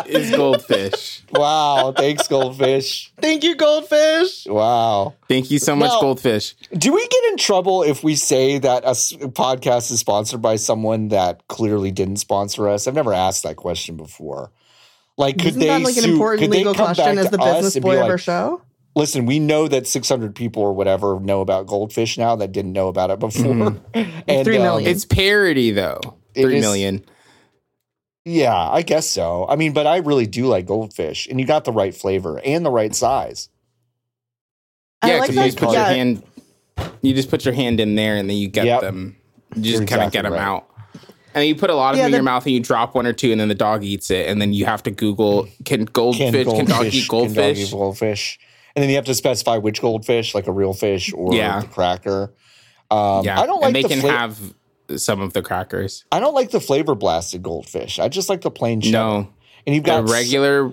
is Goldfish.
wow. Thanks, Goldfish.
Thank you, Goldfish.
Wow.
Thank you so much,
Well-
Goldfish.
Do we get in trouble if we say that a s- podcast is sponsored by someone that clearly didn't sponsor us? I've never asked that question before. Like, could
Isn't
they
that like an
sue-
important
could they
legal
come
question
back
as
to
the
us
business
and be
boy of
like,
our show?
Listen, we know that 600 people or whatever know about Goldfish now that didn't know about it before. and
Three
um,
million.
It's parody though.
It
Three
is-
million.
yeah, I guess so. I mean, but I really do like Goldfish, and you got the right flavor and the right size.
I
Yeah,
like
because you just
that.
put your
Yeah,
hand. You just put your hand in there, and then you get
Yep.
them. You just
You're
kind of
exactly
get them
right.
out. And you put a lot of
Yeah,
them in
the-
your mouth, and you drop one or two, and then the dog eats it, and then you have to Google can goldfish can, dog eat
can dog
goldfish?
eat goldfish? And then you have to specify which goldfish, like a real fish or
Yeah.
the cracker. Um,
yeah,
I don't like
and they
the
can
fla-
have some of the crackers.
I don't like the flavor blasted goldfish. I just like the plain shell.
No,
and you've
the
got
regular.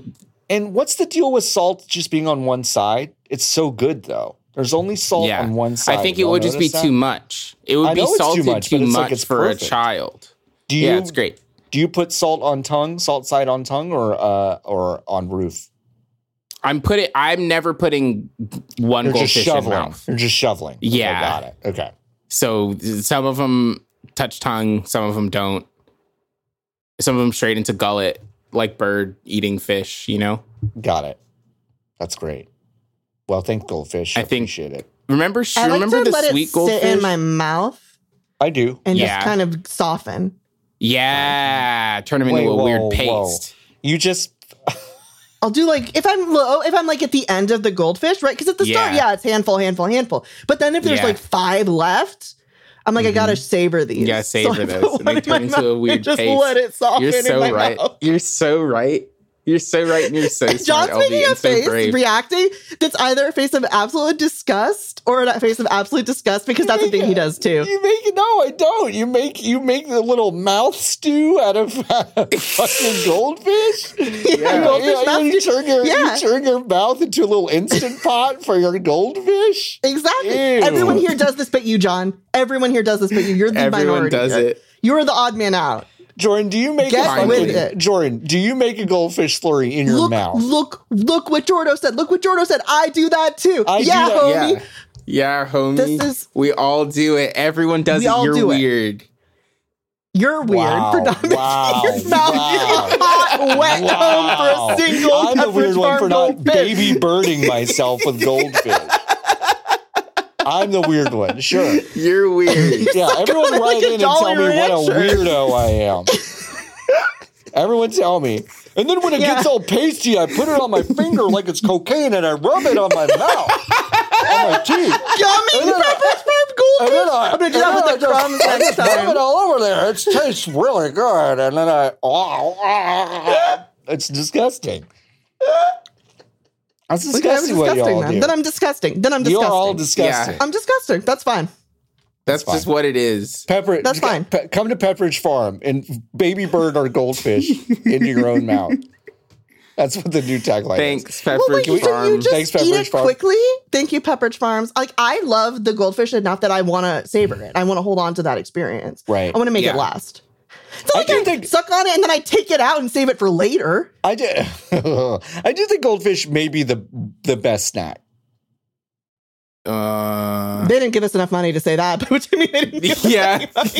And what's the deal with salt just being on one side? It's so good though. There's only salt
Yeah.
on one side.
I think
Y'all
it would just be
notice that?
too much. It would
I
be
know it's too
salted too much,
much, but it's like it's
for
perfect.
a child.
Do you,
yeah, it's great.
Do you put salt on tongue, salt side on tongue, or uh, or on roof?
I'm put it. I'm never putting one
You're just
goldfish in
shoveling.
mouth.
You're just shoveling. Okay,
Yeah.
got it. Okay.
So some of them touch tongue, some of them don't. Some of them straight into gullet, like bird eating fish. You know.
Got it. That's great. Well, thank goldfish. I,
I think-
appreciate it.
Remember,
I like
remember
to
the
let
sweet
it
goldfish.
sit in my mouth
I do.
and
Yeah.
just kind of soften.
yeah, turn them into
Wait,
a
whoa,
weird
whoa.
paste.
You just
I'll do like if I'm low, if I'm like at the end of the goldfish, right? Because at the start,
Yeah.
yeah, it's handful, handful, handful. But then if there's
Yeah. Mm-hmm.
like five left, I'm like, I gotta savor these.
You gotta savor
I
those,
put
and
one
they
in
turn
my
into a
mouth and
weird
Just
paste.
let it soften
You're
in
so
my
right.
mouth.
You're so right. You're so right, and you're so smart,
John's
Elby,
making a
and so
face,
brave.
reacting. That's either a face of absolute disgust or a face of absolute disgust because that's a thing he does too.
you make it. No, I don't. You make you make the little mouth stew out of, out of fucking goldfish.
Yeah.
You,
Goldfish
you-
mouth
you turn your
Yeah.
you turn your mouth into a little instant pot for your goldfish.
Exactly.
Ew.
Everyone here does this, but you, John. Everyone here does this, but you. You're the
Everyone
minority.
does
here.
it.
You're the odd man out.
Jordan, do you make
Get
a fucking-
with
it.
Jordan, do you make a goldfish slurry in your
look,
mouth?
look, look what Jordo said. Look what Jordo said. I do that too.
I do
yeah,
that-
homie.
Yeah. Yeah, homie.
This is-
we all do it. Everyone does
We
it.
all
You're
do it.
weird.
You're weird
Wow,
for not making
wow,
your mouth
wow.
hot, wet home for a single
I'm the weird
Pepperidge
one for
Farm
not
goldfish.
baby birding myself with goldfish. I'm the weird one, sure.
You're weird.
Yeah, everyone
like
write
a
in and tell
dolly
me what a
reaction.
weirdo I am. everyone tell me. And then when it
Yeah.
gets all pasty, I put it on my finger like it's cocaine and I rub it on my mouth, on my teeth.
Yummy
And then I-
Pepperidge Farm goldfish.
And then I,
I'm gonna do
and
that
then
with the
I
crumbs
just- I
next
just rub it
time.
all over there. It tastes really good. And then I, oh, oh, it's disgusting. That's
Look, I'm
disgusting what
disgusting.
y'all
Then.
do.
then I'm disgusting. Then I'm
you
disgusting.
are all disgusting.
I'm disgusting. That's fine.
That's
fine.
just what it is.
Pepper,
That's fine.
Pe- come to Pepperidge Farm and baby bird or goldfish into your own mouth. That's what the new tagline is.
Thanks,
Well,
Pepperidge
wait, so you
Farm.
just
Thanks,
eat
Pepperidge
it
Farm.
quickly? Thank you, Pepperidge Farms. Like I love the goldfish enough that I want to savor it. I want to hold on to that experience.
Right.
I want to make
Yeah.
it last. So
I
like
do
I,
think-
suck on it and then I take it out and save it for later.
I do, I do think goldfish may be the the best snack.
Uh,
They didn't give us enough money to say that, but what do you mean they didn't give us
yeah.
that?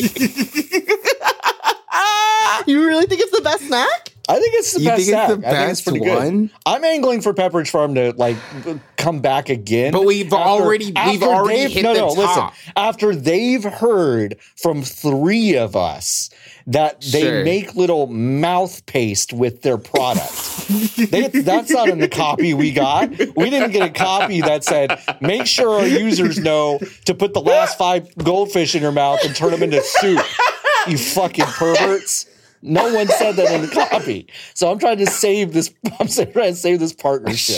You really think it's the best snack?
I think it's the
you
best
think
snack.
it's the
I think it's
best
pretty good.
one?
I'm angling for Pepperidge Farm to like come back again.
But we've already- we've already
they've-
hit the top.
after they've heard from three of us that they
Sure.
make little mouth paste with their product. they, that's not in the copy we got. We didn't get a copy that said, make sure our users know to put the last five goldfish in your mouth and turn them into soup. You fucking perverts. No one said that in the copy. So I'm trying to save this. I'm trying to save this partnership.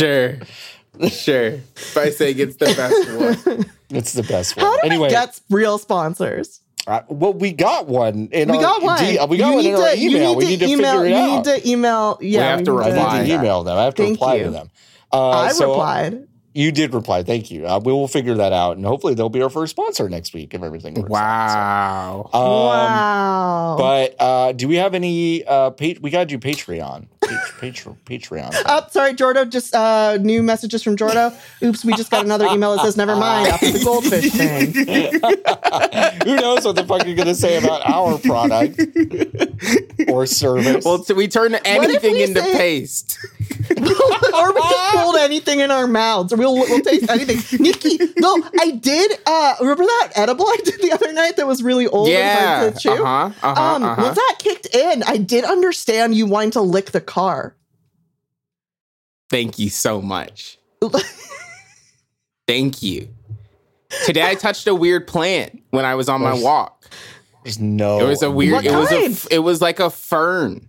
Sure. Sure. By saying it's the best one.
It's the best one.
How do
anyway,
we get real sponsors?
I- well, we got one. In
We
our
got one.
D- Uh, we got
You
one
need
in our
to- you
email. We need to
email,
figure it
you need
out.
to email. Yeah,
have
we
to
need
I
reply.
need to email them. I have to
Thank
reply to
you.
them. Uh,
I
so-
replied.
You did reply. Thank you. Uh, we will figure that out, and hopefully they'll be our first sponsor next week if everything works. out.
Wow.
So, um,
wow.
But uh, do we have any? Uh, pa- we gotta do Patreon. Patreon. Patreon.
Oh, sorry, Jordo. Just uh, new messages from Jordo. Oops, we just got another email that says, "Never mind." After the goldfish thing,
Who knows what the fuck you're gonna say about our product or service?
Well, so we turn anything
we
into
say-
paste.
or we just hold anything in our mouths, or we'll we'll taste anything. Nikki, no, I did. Uh, remember that edible I did the other night that was really old
Yeah.
and hard to
Uh
chew?
huh. Uh huh.
Um,
uh-huh.
once that kicked in, I did understand you wanting to lick the car.
Thank you so much. Thank you. Today I touched a weird plant when I was on my
There's-
walk.
There's no.
It was a weird.
What
It was
kind?
a. It was like a fern.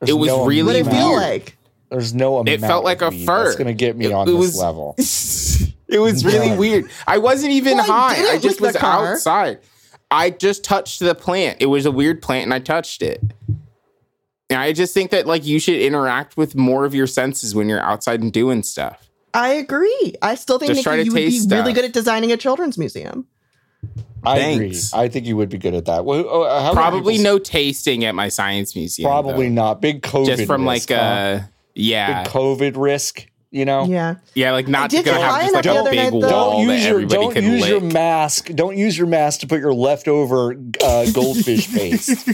there's
it was
no
really
What did it feel
Wow.
like?
There's no amount.
It felt
of
like a
weed
fur.
That's gonna get me
It-
on
it
this
was-
level.
it was really
Yeah.
weird. I wasn't even
Well, I
high. I
didn't
just
lick
was
the car.
outside. I just touched the plant. It was a weird plant and I touched it. And I just think that like you should interact with more of your senses when you're outside and doing stuff.
I agree. I still think
Just try to
Nikki, you would be
taste
really
stuff.
good at designing a children's museum.
I
Thanks.
agree. I think you would be good at that. Well, oh, uh, how many
Probably
people-
no tasting at my science museum.
Probably
though.
not. Big COVID.
just from
risk,
like
huh?
uh yeah.
big COVID risk. You
Oh.
know.
Yeah.
Yeah, like not
did
gonna
get high
have just like
enough the
a
other
big
night, though.
wall
Don't
that
use your
everybody
don't
can
use your
lick.
mask. Don't use your mask to put your leftover uh, goldfish paste.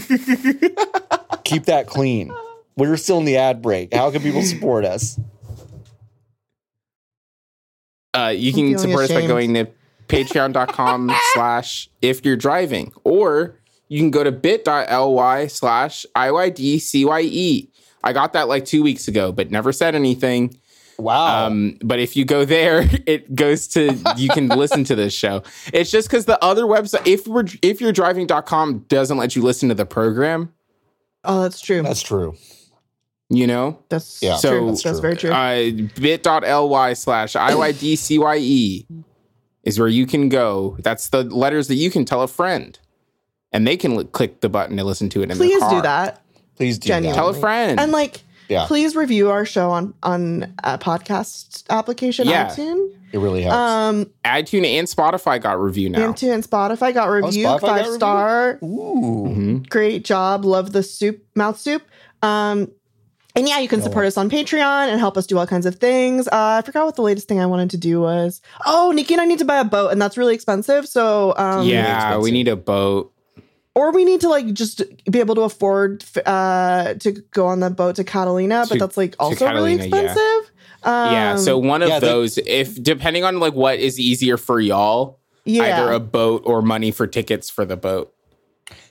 Keep that clean. We're still in the ad break. How can people support us?
Uh, you
I'm
can
feeling
support us by
ashamed.
going to patreon.com slash if you're driving, or you can go to bit.ly slash IYDCYE. E. I got that like two weeks ago, but never said anything.
Wow.
Um, but if you go there, it goes to you can listen to this show. It's just because the other website, if we're if you're driving.com doesn't let you listen to the program,
Oh, that's true. That's,
That's true.
you know?
Yeah.
true.
So-
that's,
That's
very true.
uh, bit.ly slash IYDCYE E is where you can go. That's the letters that you can tell a friend. And they can li- click the button to listen to it in
Please
the car.
do that.
Please do
Genuinely.
Tell a friend.
And like,
Yeah.
please review our show on on a podcast application,
Yeah.
iTunes.
that. It really helps.
Um,
iTunes and Spotify got review now.
iTunes and Spotify
Oh,
got review,
Spotify got
five
review?
star.
Ooh.
Mhm.
Great job. Love the soup, mouth soup. Um, and yeah, you can support us on Patreon and help us do all kinds of things. Uh, I forgot what the latest thing I wanted to do was. Oh, Nikki and I need to buy a boat, and that's really expensive. So um,
yeah, we
expensive.
need a boat.
or we need to like just be able to afford f- uh to go on the boat to Catalina, but
To-
that's like
to
also
Catalina,
really
yeah.
expensive. Um,
yeah, so one of
yeah, they-
those, if depending on like what is easier for y'all,
yeah,
either a boat or money for tickets for the boat.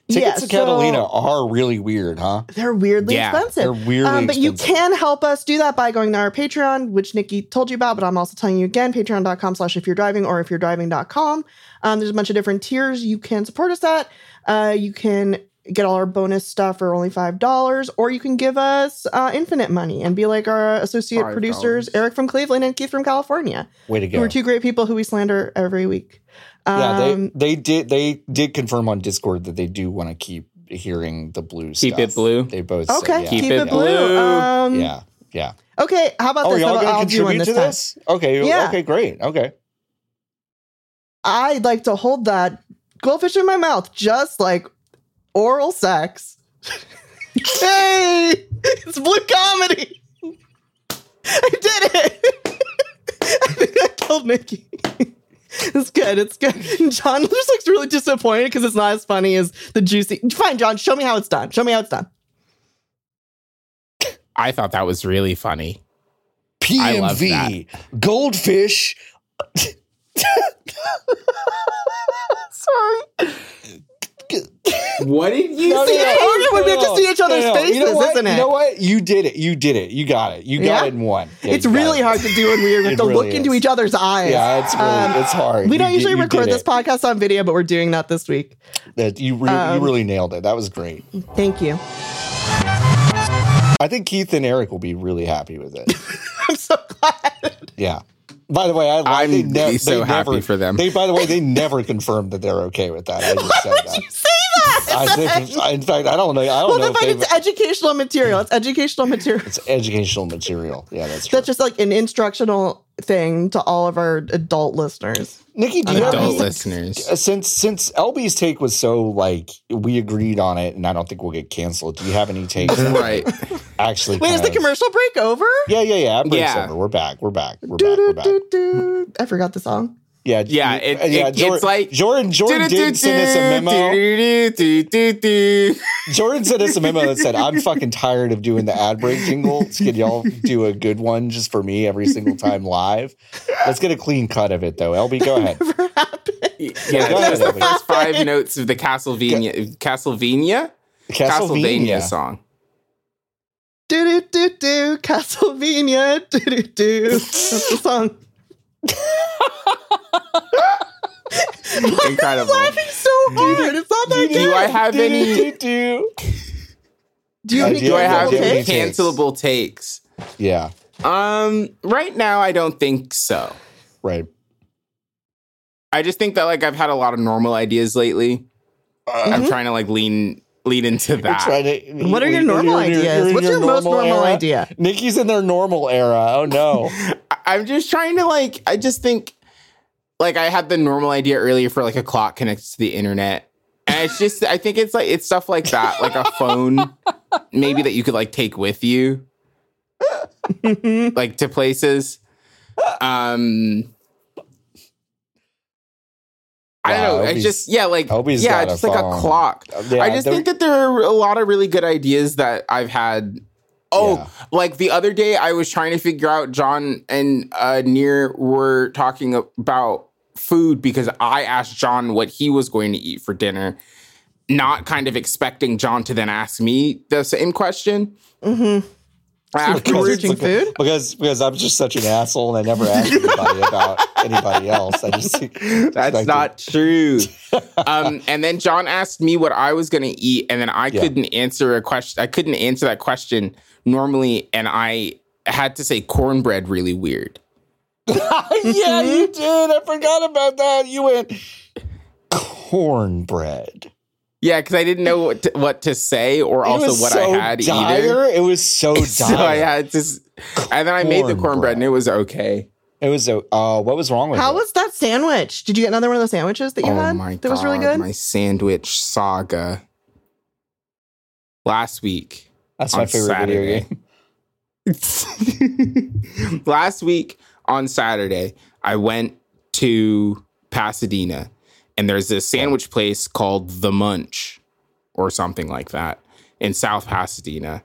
Tickets
yeah,
to Catalina
so-
are really weird, huh?
they're weirdly
Yeah,
expensive.
they're weirdly
um, but you
expensive.
can help us do that by going to our Patreon, which Nikki told you about, but I'm also telling you again, patreon.com slash if you're driving or if you're driving.com. Um, there's a bunch of different tiers you can support us at. Uh, you can get all our bonus stuff for only $5, or you can give us uh, infinite money and be like our associate
$5.
producers, Eric from Cleveland and Keith from California.
Way to go.
who are two great people who we slander every week. Um,
yeah, they, they did they did confirm on Discord that they do want to keep hearing the blue
Keep
stuff.
it blue.
They both said,
okay,
yeah.
keep
Yeah.
it blue. Um,
yeah. Yeah.
Okay, how about
Oh,
this? How
y'all
about
gonna
I'll do one
contribute
this
to
time.
this? Okay.
Yeah.
Okay. Great. Okay.
I'd like to hold that goldfish in my mouth, just like oral sex. hey, it's blue comedy. I did it. I think I killed Mickey. It's good. It's good. John just looks really disappointed because it's not as funny as the juicy. Fine, John. Show me how it's done. Show me how it's done.
I thought that was really funny. I love
PMV goldfish.
Sorry.
What did you
No, no,
See,
no,
it's harder when we
no,
have to
no,
see each other's
You know
faces,
what?
isn't it?
You know what? You did it. You did it. You got it. You got
Yeah?
it in one. Yeah,
it's
you got
really
it.
hard to do when we have
It
to
really
look into
is.
each other's eyes.
Yeah, it's really,
Um,
it's hard.
we don't
You did-
usually
you
record
did
this
it.
podcast on video, but we're doing that this week.
That you re-
Um,
you really nailed it. That was great.
Thank you.
I think Keith and Eric will be really happy with it.
I'm so glad.
Yeah. By the way, I
I'm
they
so
they
happy for them.
They, by the way, they never confirmed that they're okay with that. I just said that.
Say that.
I think, in fact, I don't know. I don't
Well,
know
then
if
fine,
they've,
it's educational material. It's educational material.
it's educational material. Yeah, that's true.
That's just like an instructional thing to all of our adult listeners.
Nikki, do you have
Adult
any-
listeners.
uh, since since LB's take was so like we agreed on it, and I don't think we'll get canceled. Do you have any takes? that
Right.
Actually,
Wait, is
kind
the
of-
commercial break over?
Yeah, yeah, yeah. It breaks
Yeah.
over. We're back. We're back. We're back.
Do,
We're
do,
back.
do, do. I forgot the song.
Yeah,
Yeah, it-
uh,
it- it's like-
Jordan. Jordan did send us a memo.
Do-do-do-do-do-do-do-do.
Jordan sent us a memo that said, "I'm fucking tired of doing the ad break jingles. Can y'all do a good one just for me every single time live? Let's get a clean cut of it though. LB, go ahead.
Never happened.
Yeah,
Go
just
ahead,
the
Emily.
first five notes of the Castlevania, Castlevania, Castlevania song.
Do do do do Castlevania do do do. That's the song.
Incredible.
Laughing so hard. It's not that
Do
good.
I have any?
Do-do-do-do.
Do you
Uh,
have any
Do I have
Do you
any
have any takes?
cancelable takes?
Yeah,
Um, right now I don't think so.
right.
I just think that like I've had a lot of normal ideas lately, Uh, I'm trying to like lean lean into
Mm-hmm. You're
that.
trying to,
Ah. What are your
you're-
normal
you're- you're-
ideas?
you're in
What's your most normal
era?
idea?
Nikki's in their normal era. Oh no.
I- I'm just trying to like. I just think like I had the normal idea earlier for like a clock connected to the internet, and it's just I think it's like it's stuff like that, like a phone, maybe that you could like take with you, like to places. Um. I
Wow,
don't know. I
Obi's-
just yeah, like
Obi's
yeah,
got a
just like a
phone.
clock.
Yeah,
I just
there-
think that there are a lot of really good ideas that I've had. Oh,
Yeah.
like the other day, I was trying to figure out John and uh, Near were talking about food because I asked John what he was going to eat for dinner, not kind of expecting John to then ask me the same question.
Mm-hmm.
Afterwards,
Researching food?
because because I'm just such an asshole and I never ask anybody about anybody else. I just
That's
like
not true. um, and then John asked me what I was going to eat, and then I
Yeah.
couldn't answer a question. I couldn't answer that question normally, and I had to say cornbread really weird.
yeah, you did. I forgot about that. You went cornbread.
Yeah, because I didn't know what to, what to say or
it
also
was
what
so
I had either.
dire. It was so dire.
So I had to, s- and then I made the cornbread,
Cornbread.
and it was okay.
it was so. Uh, what was wrong with
How
it?
was that sandwich? Did you get another one of those sandwiches that you
oh
had
my
that was really
God,
good?
My sandwich saga last week.
That's my
on
favorite
Saturday.
video game.
Last week on Saturday, I went to Pasadena and there's this sandwich place called The Munch or something like that in South Pasadena.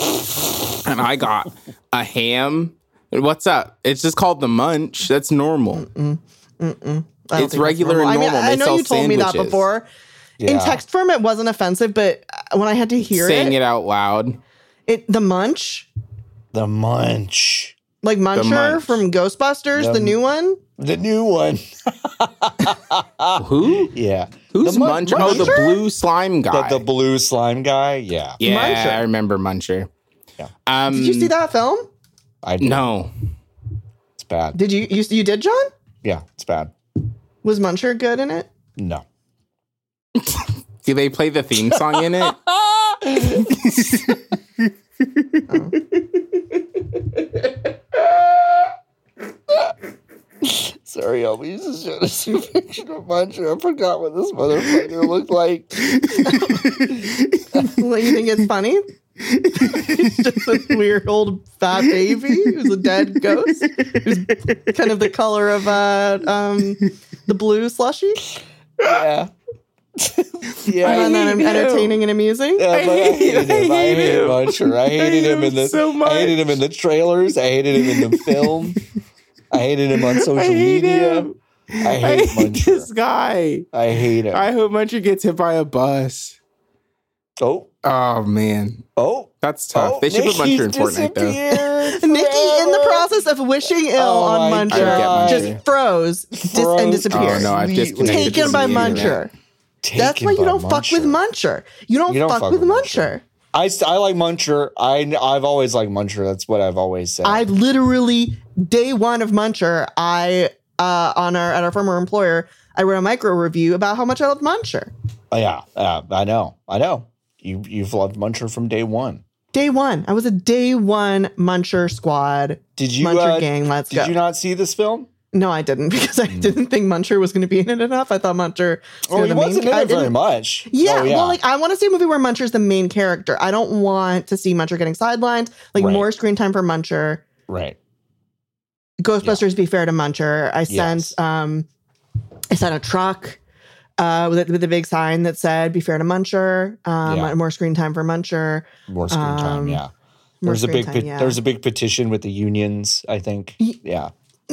And I got a ham. What's up? It's just called The Munch. That's normal.
I don't
It's
think that's
regular and
I mean,
normal.
I
They
know
sell
you told me that
sandwiches.
before. In
Yeah.
text form, it wasn't offensive, but uh, when I had to hear
Saying
it,
it out loud.
it, the munch,
The Munch,
like Muncher
munch.
from Ghostbusters, the,
The-
new one.
the new one.
Who?
Yeah,
Who's
Uh, The Mun-
Munch? Oh, the
Muncher?
blue slime guy.
the, the blue slime guy. Yeah,
yeah,
Muncher.
I remember Muncher.
Yeah.
Um,
Did you see that film?
I
No.
It's bad.
Did you you you did John?
Yeah, it's bad.
Was Muncher good in it?
No.
Do they play the theme song in it?
Sorry, I'll be just showing us a picture of Muncher. I forgot what this motherfucker looked like.
Like you think it's funny? He's just a weird old fat baby who's a dead ghost. Who's kind of the color of uh um the blue slushy.
Yeah. yeah.
and then
hate him.
entertaining and amusing.
Yeah,
I
but I
hate-
hated
I
him. I
hate
hated
him.
Muncher. I hated him in the
so
I hated him in the trailers. I hated him in the film. I hated him on
I
social
hate
media.
him.
I
I
hate
hate
Muncher.
this guy.
I hate him.
I hope Muncher gets hit by a bus.
oh,
Oh man,
oh,
that's tough.
oh!
they should put Muncher in
Nikki's
Fortnite though.
disappeared
Nikki, in the
forever.
process of wishing ill
Oh
on
my
Muncher,
God.
just froze, dis- and
Froze
Oh
disappeared.
no, I've
Completely.
disconnected.
Taken
from
by
the internet.
Muncher. That's
Taken
why you
by
don't fuck with Muncher. You don't,
You don't
fuck, with Muncher.
I, st- I like Muncher. I I've always liked Muncher. That's what I've always said.
I literally day one of Muncher, I uh, on our at our former employer, I wrote a micro review about how much I loved Muncher.
yeah, uh, I know. I know. You you've loved Muncher from day one.
Day one, I was a day one Muncher squad,
Did you?
Muncher
uh,
gang. Let's
did
go.
you not see this film?
no, I didn't because I
Hmm.
didn't think Muncher was going to be in it enough. I thought Muncher. was gonna
Oh, he
be the main
wasn't
ca-
in
I
it very
didn't-
much.
Yeah,
Oh,
well, like I want to see a movie where Muncher's the main character. I don't want to see Muncher getting sidelined. Like
Right.
more screen time for Muncher.
right.
Ghostbusters be fair to Muncher. I sent
Yes.
um I sent a truck uh with, with a big sign that said be fair to Muncher. Um
Yeah.
more screen time for Muncher.
More screen
Um,
time. Yeah.
More
There was a
screen
big
time,
pe-
yeah.
there was a big petition with the unions. I think.
Y-
Yeah.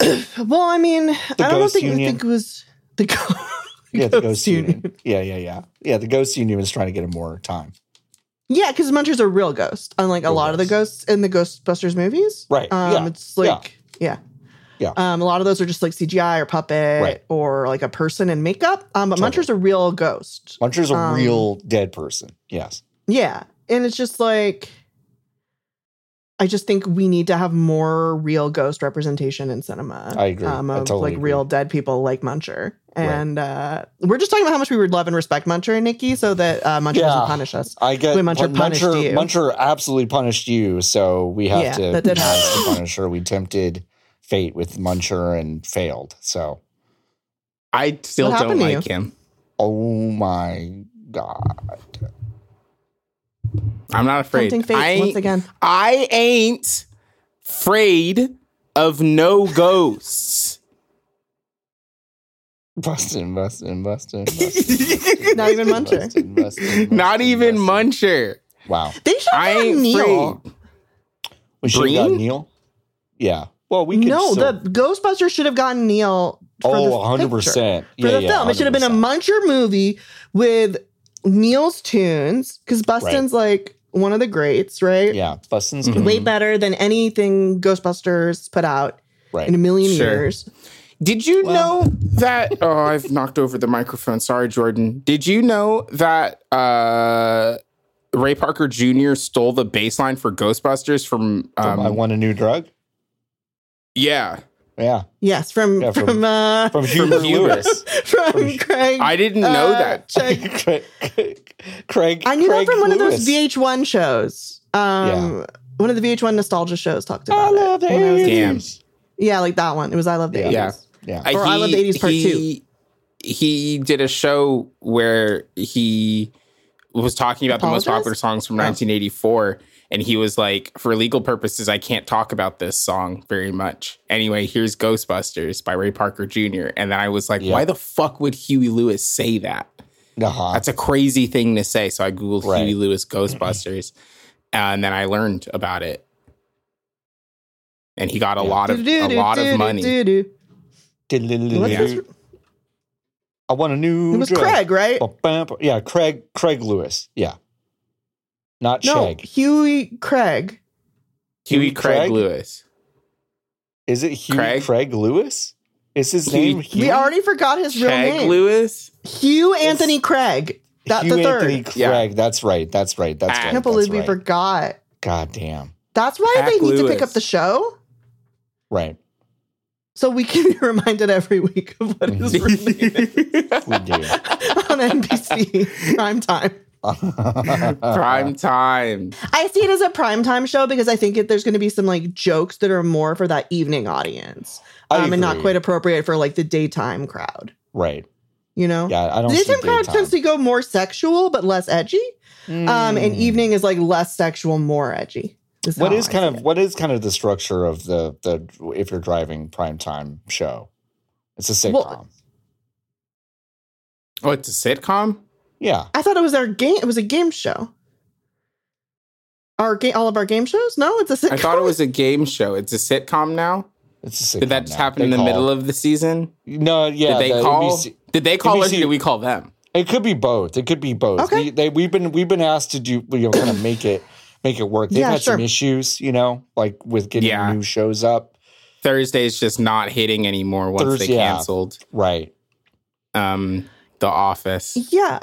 well, I mean, I don't
Ghost
think I
Union.
think it was the ghost.
Yeah, the
Ghost
Ghost Union. Yeah, yeah, yeah. Yeah, the Ghost Union was trying to get him more time.
Yeah, because Muncher's a real ghost, unlike a
Real
lot of the ghosts in the Ghostbusters movies.
Right,
Um
yeah,
it's like yeah.
Yeah.
Um, a lot of those are just like CGI or puppet
Right.
or like a person in makeup. Um, but
Totally.
Muncher's a real ghost.
Muncher's a
Um,
real dead person. Yes.
Yeah. And it's just like I just think we need to have more real ghost representation in cinema.
I agree.
Um,
I
of
totally
like
agree.
real dead people like Muncher. And uh, we're just talking about how much we would love and respect Muncher and Nikki so that uh, Muncher
Yeah.
doesn't punish us.
I get
When Muncher
Mun-
punished
Muncher,
you.
Muncher absolutely punished you, so we have
Yeah,
to
that did
pass the Punisher. We tempted fate with Muncher and failed. So,
I still
What
don't
happened to
like him.
oh my god,
I'm not afraid.
Tempting fate
I ain't-
once again.
I ain't afraid of no ghosts.
Bustin, Bustin, Bustin, Bustin.
Not even Muncher.
Bustin', bustin',
Not
bustin',
even
bustin'.
Muncher.
Wow,
They should
I
have
ain't
gotten Neil.
afraid.
we should have
Breen?
got Neil. Yeah. Well, we could
No,
still-
the Ghostbusters should have gotten Neil. For
oh,
the
100
picture.
percent
for the film. It should have been a Muncher movie with Neil's tunes because Bustin's like one of the greats, right?
Yeah, Mm-hmm. Bustin's
Mhm.
good.
Way better than anything Ghostbusters put out
right.
in a million
Sure.
years.
Did you
Well-
know that? Oh, I've knocked over the microphone. Sorry, Jordan. Did you know that uh, Ray Parker Jr. stole the baseline for Ghostbusters from? Um,
I want a new drug.
yeah,
Yeah,
Yes, from
Yeah,
from
from-
from, uh, from,
from Hubert
Hubert.
Lewis.
Craig.
I didn't know
uh,
that.
Craig-
Craig, Craig.
I knew
Craig
that from one of
Lewis.
those VH1 shows. Um, One of the VH1 nostalgia shows talked
I
about
love
it.
the
when I was-
80s.
Damn.
yeah, like that one. It was I love the
Yeah.
80s.
Yeah.
Yeah,
I
Or I Love the 80s Part
he, He did a show where he was talking about the most
Apologize?
popular songs from
Oh.
1984, and he was like, "For legal purposes, I can't talk about this song very much." Anyway, here's Ghostbusters by Ray Parker Jr. And then I was like,
Yeah.
"Why the fuck would Huey Lewis say that?
uh-huh.
That's a crazy thing to say." So I googled
Right.
Huey Lewis Ghostbusters, and then I learned about it. And he got a
Yeah.
lot of a lot of money.
Do-do-do-do-do-do. What's
Yeah.
this? It
Diddle-diddle-diddle. I want a new.
was
drug.
Craig, right?
Bum, bum, bum. Yeah, Craig. Craig Lewis. Yeah, not
No,
Craig.
Huey Craig.
Huey Craig
Craig?
Lewis.
Is it Hugh
Craig?
Craig, Lewis? Is his
Hugh-
name Hugh?
We already forgot his real
Chag
name.
Lewis.
Hugh Anthony Craig. That
Hugh
the third.
Anthony
Yeah. Ah.
Craig. That's right. That's right. That's
I
right.
I
can't
can't believe
that's
we
right.
forgot.
God damn.
That's why
Hack
they need to pick
Lewis.
up the show
Right.
so we can be reminded every week of what his real name is
We do.
on NBC prime time.
Prime time.
I see it as a prime time show because I think it, there's going to be some like jokes that are more for that evening audience
I
um, and not
agree.
quite appropriate for like the daytime crowd.
Right.
You know,
Yeah. I don't.
the
see
daytime crowd
daytime.
tends to go more sexual but less edgy. Um, and
Mm.
evening is like less sexual, more edgy.
What is kind of what is kind of the structure of the the if you're driving primetime show? It's a sitcom.
Well-
Oh, it's a sitcom?
yeah.
I thought it was our game. It was a game show. Our game, all of our game shows. No, it's a sitcom.
I thought it was a game show. It's a sitcom now.
It's a sitcom.
Did that just
now.
happen
They
in the
call-
middle of the season?
No,
Did
yeah.
they
the
call?
NBC
did they call us? Or
NBC
did we call them?
It could be both. It could be both.
Okay.
We, they, we've been we've been asked to do you know kind of make it make it work. They've
Yeah,
had some
sure.
issues, you know, like with getting
Yeah.
new shows up.
Thursday's just not hitting anymore once
Thursday,
they
yeah.
canceled
Right.
um, The Office
yeah.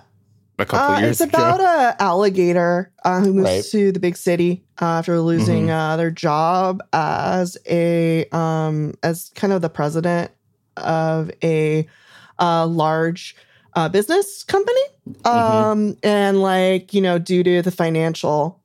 a couple
Uh,
years
it's about
ago.
a alligator uh, who moves
Right.
to the big city uh, after losing
Mm-hmm.
uh, their job as a um, as kind of the president of a uh, large uh, business company,
Mm-hmm.
um, and like you know due to the financial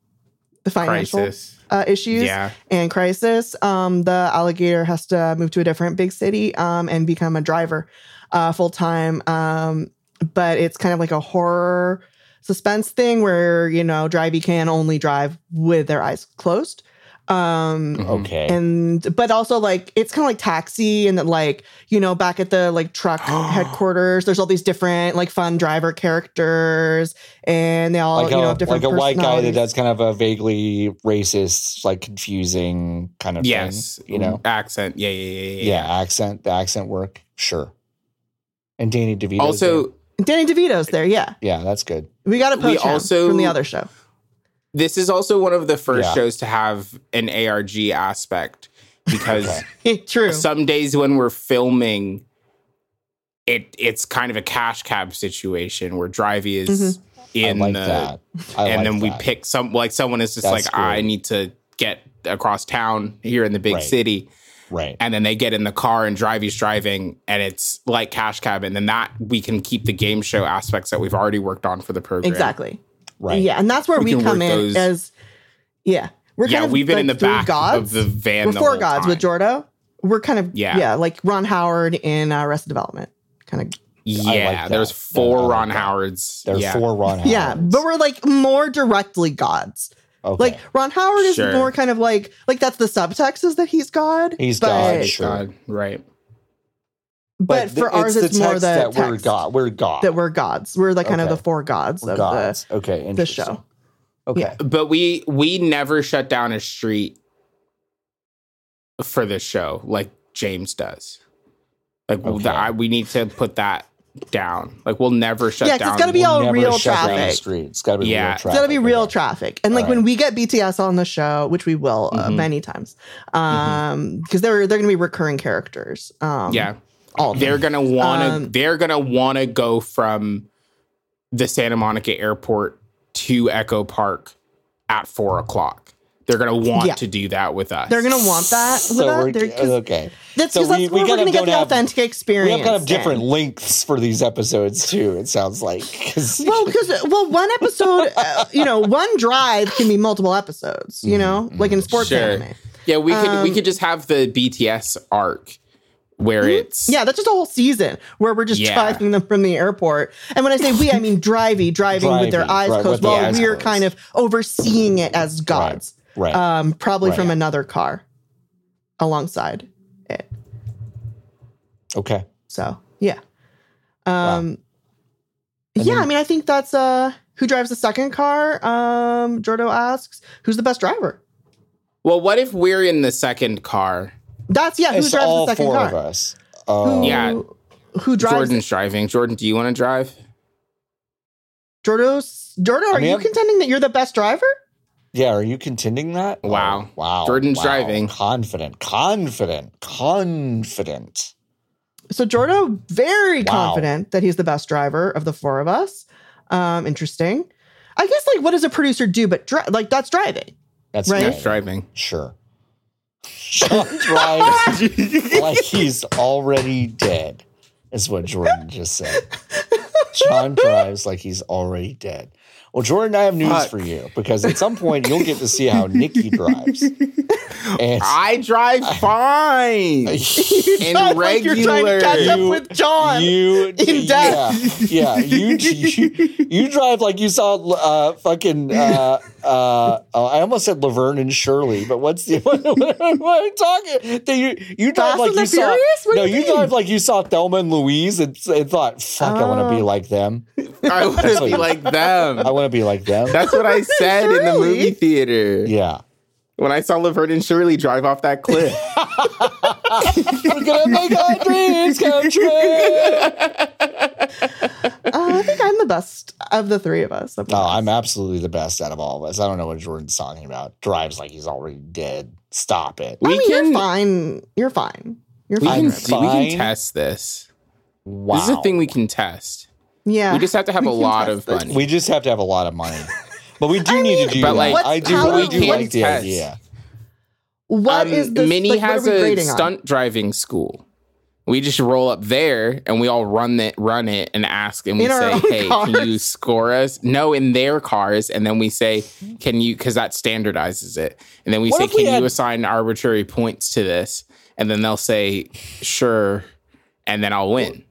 the financial
Crisis.
Uh, issues.
Yeah.
and crisis um, the alligator has to move to a different big city um, and become a driver uh, full time um, but it's kind of like a horror suspense thing where you know drivey can only drive with their eyes closed um,
Mhm.
Okay.
and but also like it's kind of like taxi and that like you know back at the like truck headquarters there's all these different like fun driver characters and they all
like
you
a,
know have different
like a white guy that
personalities.
does kind of a vaguely racist, like confusing kind of
Yes.
thing, you know.
Accent. Yeah, yeah, yeah, yeah.
Yeah, accent, the accent work, sure. And Danny DeVito.
Also,
danny devito's there yeah
yeah, that's good.
We got to
We
poach him
also-
from the other show.
this is also one of the first
Yeah.
shows to have an ARG aspect because
Okay.
True.
some days when we're filming it it's kind of a cash cab situation where drivey
Mm-hmm.
is in
I like
the
that. I
and
like
then we
that.
pick some like someone is just
That's
like i
great.
need to get across town here in the big
Right.
city.
Right.
And then they get in the car and Drivey's driving, and it's like Cash Cab. And then that we can keep the game show aspects that we've already worked on for the program.
Exactly.
Right.
Yeah, and that's where
We
we,
can
come
work
in
those-
as yeah. We're
yeah,
kind of
we've been
like
in the
three
back
gods.
of the van.
We're
the
four
whole
gods with
time.
Jordo. We're kind of
Yeah.
yeah, like Ron Howard in uh, Arrested Development, kind of
Yeah,
that.
there's
Yeah,
four
I like
Ron
that.
Howards.
There are
yeah. uh,
four Ron Howards.
yeah. But we're like more directly gods.
okay.
Like Ron Howard is
Sure.
more kind of like like that's the subtext is that he's God.
He's
but,
God, sure.
God, right.
But,
th-
for ours, it's, more the
that
text
we're God. We're God.
that we're gods. We're the kind of
Okay.
the four gods
We're
of
gods. okay.
the the
interesting.
show.
Okay.
Yeah.
but we we never shut down a street for this show like James does. Like w- the,
Okay.
I, we need to put that down. Like we'll never shut
Yeah, 'cause
down.
it's gotta be
We'll
all
never
real
shut down the
traffic.
street. It's got to be
Yeah.
real
It's
traffic.
It's gotta be real
okay.
traffic. And like
All
when we get BTS on the show, which we will uh,
Mm-hmm.
Mhm.
many times, um, because they're they're gonna be recurring characters. Um,
yeah,
all of them.
they're gonna wanna
Um,
they're gonna wanna go from the Santa Monica Airport to Echo Park at four o'clock. They're gonna want
Yeah.
to do that with us.
They're gonna want that.
So we're,
with us. They're- 'cause
okay.
that's
so
because
we-
that's
we
where we're
kind of
gonna get
don't
the
have-
authentic
We
experience.
have kind of
in.
different lengths for these episodes too. It sounds like 'Cause-
Well, because well, one episode, uh, you know, one drive can be multiple episodes.
Mm-hmm.
You know, like in sports
Sure.
anime.
yeah, we could we
um,
could just have the BTS arc where it's
Mm-hmm. Yeah, that's just a whole season where we're just
Yeah.
driving them from the airport. And when I say we, I mean drivey, driving with their
Drivey,
eyes
right, with
closed
their
while
eyes
we're
closed.
kind of overseeing it as gods.
right.
Um, probably
Right.
from another car alongside it.
okay.
So yeah. Um
And
yeah,
then-
I mean I think that's uh who drives the second car? Um Jordo asks, who's the best driver?
Well, what if we're in the second car?
That's yeah, who
It's
drives
all
the second
four
car?
of us. Oh,
Who-
Yeah.
Who drives
Jordan's driving. Jordan, do you want to drive?
Jordo's Jordo, are
I mean,
you
I'm-
contending that you're the best driver?
yeah. Are you contending that? Oh,
Wow.
wow.
Jordan's
wow.
driving.
Confident. Confident. Confident.
So Jordo very
Wow.
confident that he's the best driver of the four of us. Um, interesting. I guess like what does a producer do? But dri- like that's driving.
That's
Right?
right.
That's driving.
Sure. Sean drives like he's already dead, is what Jordan just said. Sean drives like he's already dead. Well, Jordan, I have news
Fuck.
for you because at some point you'll get to see how Nikki drives. And
I drive fine. In
Sounds like
regular.
you're trying to catch up
You-
with John.
you,
in death.
yeah, yeah. You, you, you drive like you saw uh, fucking. Uh, uh, oh, I almost said Laverne and Shirley, but what's the what, what, what are you talking? That you you drive
Fast
like
and
you
the
saw.
Furious? What do
no,
you
you,
mean?
drive like you saw Thelma and Louise and, and thought, "Fuck, I want to be
Oh.
like them.
I want to be like
I
them.
want to be like them."
That's what I said in the
Shirley.
movie theater
yeah.
when I saw Laverne and Shirley drive off that cliff.
We're gonna make our dreams come true.
Uh, I think I'm the best of the three of
Oh,
us.
No, I'm absolutely the best out of all of us. I don't know what Jordan's talking about. Drives like he's already dead. Stop it.
I
We
mean,
can,
you're fine. You're fine. You're
we,
fine.
can
I'm
see- we can
fine.
test this.
Wow.
This is a thing we can test.
yeah.
We just have to have
We
a
can
lot
test
of
this.
money.
We just have to have a lot of money. But we do need to do
but,
that.
like,
I
what's-
do, I
how
do
we
like the
test?
idea.
What
Um,
is this?
Minnie
like, what
has
are we
a
grading on?
stunt driving school. We just roll up there and we all run it, run it, and ask, and we
In our
say,
own
"Hey, can you
cars?
score us?" No, in their cars, and then we say, "Can you?" Because that standardizes it, and then we
What
say,
if we
"Can
had-
you assign arbitrary points to this?" And then they'll say, "Sure," and then I'll win.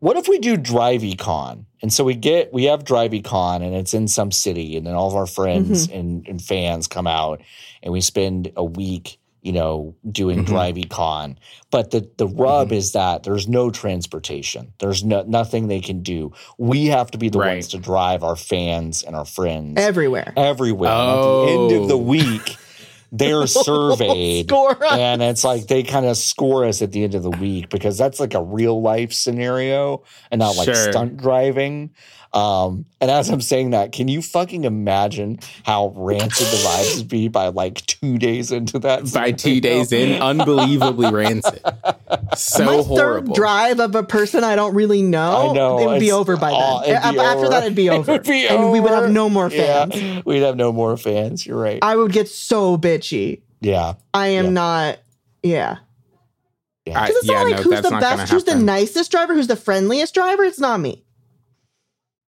What if we do DriveCon? And so we get we have DriveCon and it's in some city, and then all of our friends
Mm-hmm.
and, and fans come out and we spend a week, you know, doing
Mm-hmm.
DriveCon. But the the rub is that there's no transportation. There's no nothing they can do. We have to be the
Right.
ones to drive our fans and our friends
Everywhere.
everywhere. And At the end of the
Oh.
week, they're surveyed.
Score us.
and it's like they kind of score us at the end of the week because that's like a real life scenario and not like
Sure.
stunt driving. Um, and as I'm saying that, can you fucking imagine how rancid the vibes would be by like two days into that?
By two days in, unbelievably rancid, so
My
horrible.
third drive of a person I don't really know.
I know,
It would be
it's-
over by then.
oh, it'd be
A- After
over.
that, it'd be
It
over.
would be
and we would have
over.
no more fans.
Yeah, we'd have no more fans. You're right.
I would get so bitchy
Yeah.
I am
Yeah.
not. Yeah.
I-
Because it's
yeah,
not like
no,
who's
that's
the
not gonna
best, who's the
happen.
nicest driver, who's the friendliest driver. It's not me.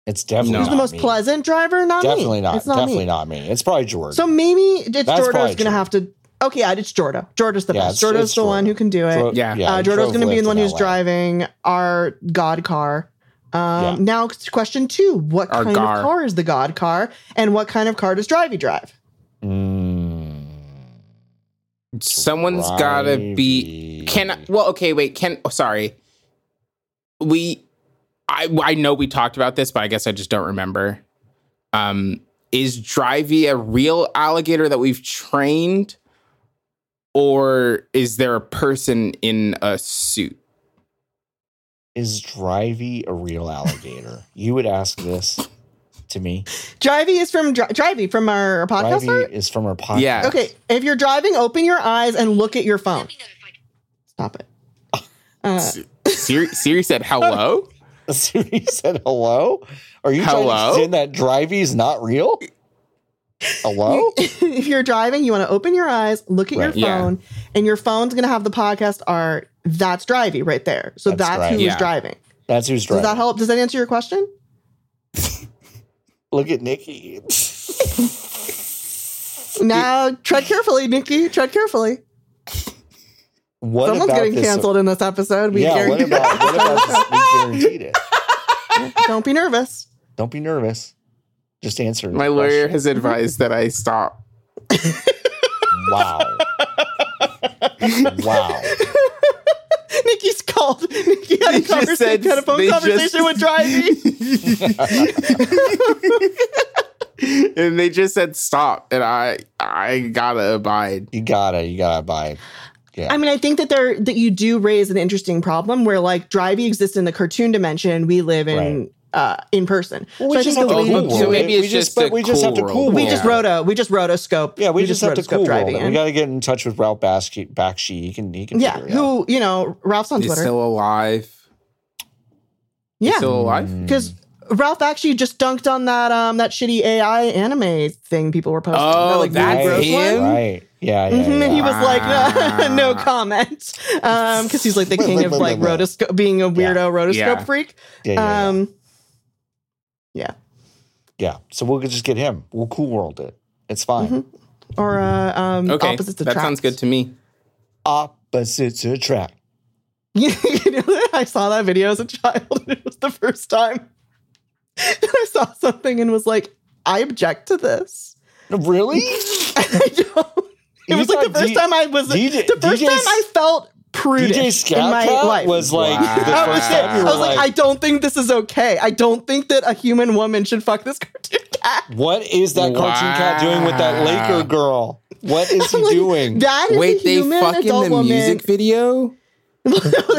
It's definitely
No.
Who's the
not
most
me.
pleasant driver? Not
Definitely
me.
not.
It's not
definitely
me.
not me. It's probably Jordan.
So maybe it's
That's
Jordo's
probably
going to have to. Okay, yeah, it's Jordo. Jordo's the
Yeah,
best.
it's-
Jordo's
it's
the one
Jordo.
who can do it.
Dro-
Yeah.
uh,
he
Jordo's
drove
going to be
Lyft
the one
in
who's
LA.
driving our God car. Um,
Yeah.
Now, question two What
Our
kind
gar.
of car is the God car? And what kind of car does Drivey drive?
Mm,
Someone's gotta be.
Drivey.
Can well, okay, wait. Can oh, sorry. We, I I know we talked about this, but I guess I just don't remember. Um, is Drivey a real alligator that we've trained, or is there a person in a suit?
is Drivey a real alligator? you would ask this to me.
Drivey is from Dri- Drivey from our podcast.
Drivey
art?
is from our podcast.
Yeah.
Okay, if you're driving, open your eyes and look at your phone. Stop it. Uh,
Siri, Siri said hello.
Siri said hello. Are you trying
Hello?
to pretend that Drivey's not real? Hello?
if you're driving, you want to open your eyes, look at
Right.
your
Yeah.
phone, and your phone's going to have the podcast art. That's Drivey right there. So
That's
that's, who
Drivey.
is
Yeah.
driving.
That's who's
Does
driving.
that help? Does that answer your question?
Look at Nikki.
Now tread carefully, Nikki. Tread carefully.
What
Someone's
about
getting
this-
canceled in this episode. We
Yeah,
guarantee
what about, what about this? We guaranteed it.
Don't be nervous.
Don't be nervous. Just answer. the
My
question.
lawyer has advised that I stop.
Wow. wow.
Nikki's called. Nikki had
They
a,
just
conversa-
said-
had a phone
they just-
conversation with Drivey.
and they just said stop and i i gotta abide
You gotta, you gotta buy. Yeah.
I mean, I think that there that you do raise an interesting problem where like Drivey exists in the cartoon dimension, and we live in uh, in person. So I think the
cool
way-
world. So maybe it's just
but
a
we just have to
cool
cool
world.
We
Yeah.
just roto. We just rotoscope.
Yeah, we, just, have to cool world. it. We
in.
gotta get in touch with Ralph Bakshi. Bakshi. He can. He can.
yeah,
figure it out.
who you know? Ralph's on
he's
Twitter.
still alive he's
yeah, Mm.
still alive
because Ralph actually just dunked on that um that shitty AI anime thing people were posting.
Oh,
that, like,
that's
really gross
him?
one.
Right. Yeah. yeah,
Mhm, And he
yeah.
was like,
Wow.
no comment, because he's like the king of like rotoscope, being a weirdo rotoscope
Yeah.
freak.
Yeah, yeah, yeah.
Um,
Yeah. So we'll just get him. We'll cool world it. It's fine.
Mm-hmm. or uh, um,
okay
opposites
that
attract.
sounds good to me
Opposites attract.
Yeah, you know, I saw that video as a child. And it was the first time that I saw something and was like, I object to this.
Really?
I don't. It
You
was like the
thought
first
D-
time I was
DJ
the first time I felt prudish
DJ
in my
Scout
life.
was like
Wow.
the
I
That
was,
first
like,
time you
I
were
was like, I don't think this is okay. I don't think that a human woman should fuck this cartoon cat.
What is that cartoon cat doing with that
Wow.
Laker girl? What is he
Like,
doing?
That is a
wait they
human
fuck in
adult
the
woman.
music video
no, they don't, but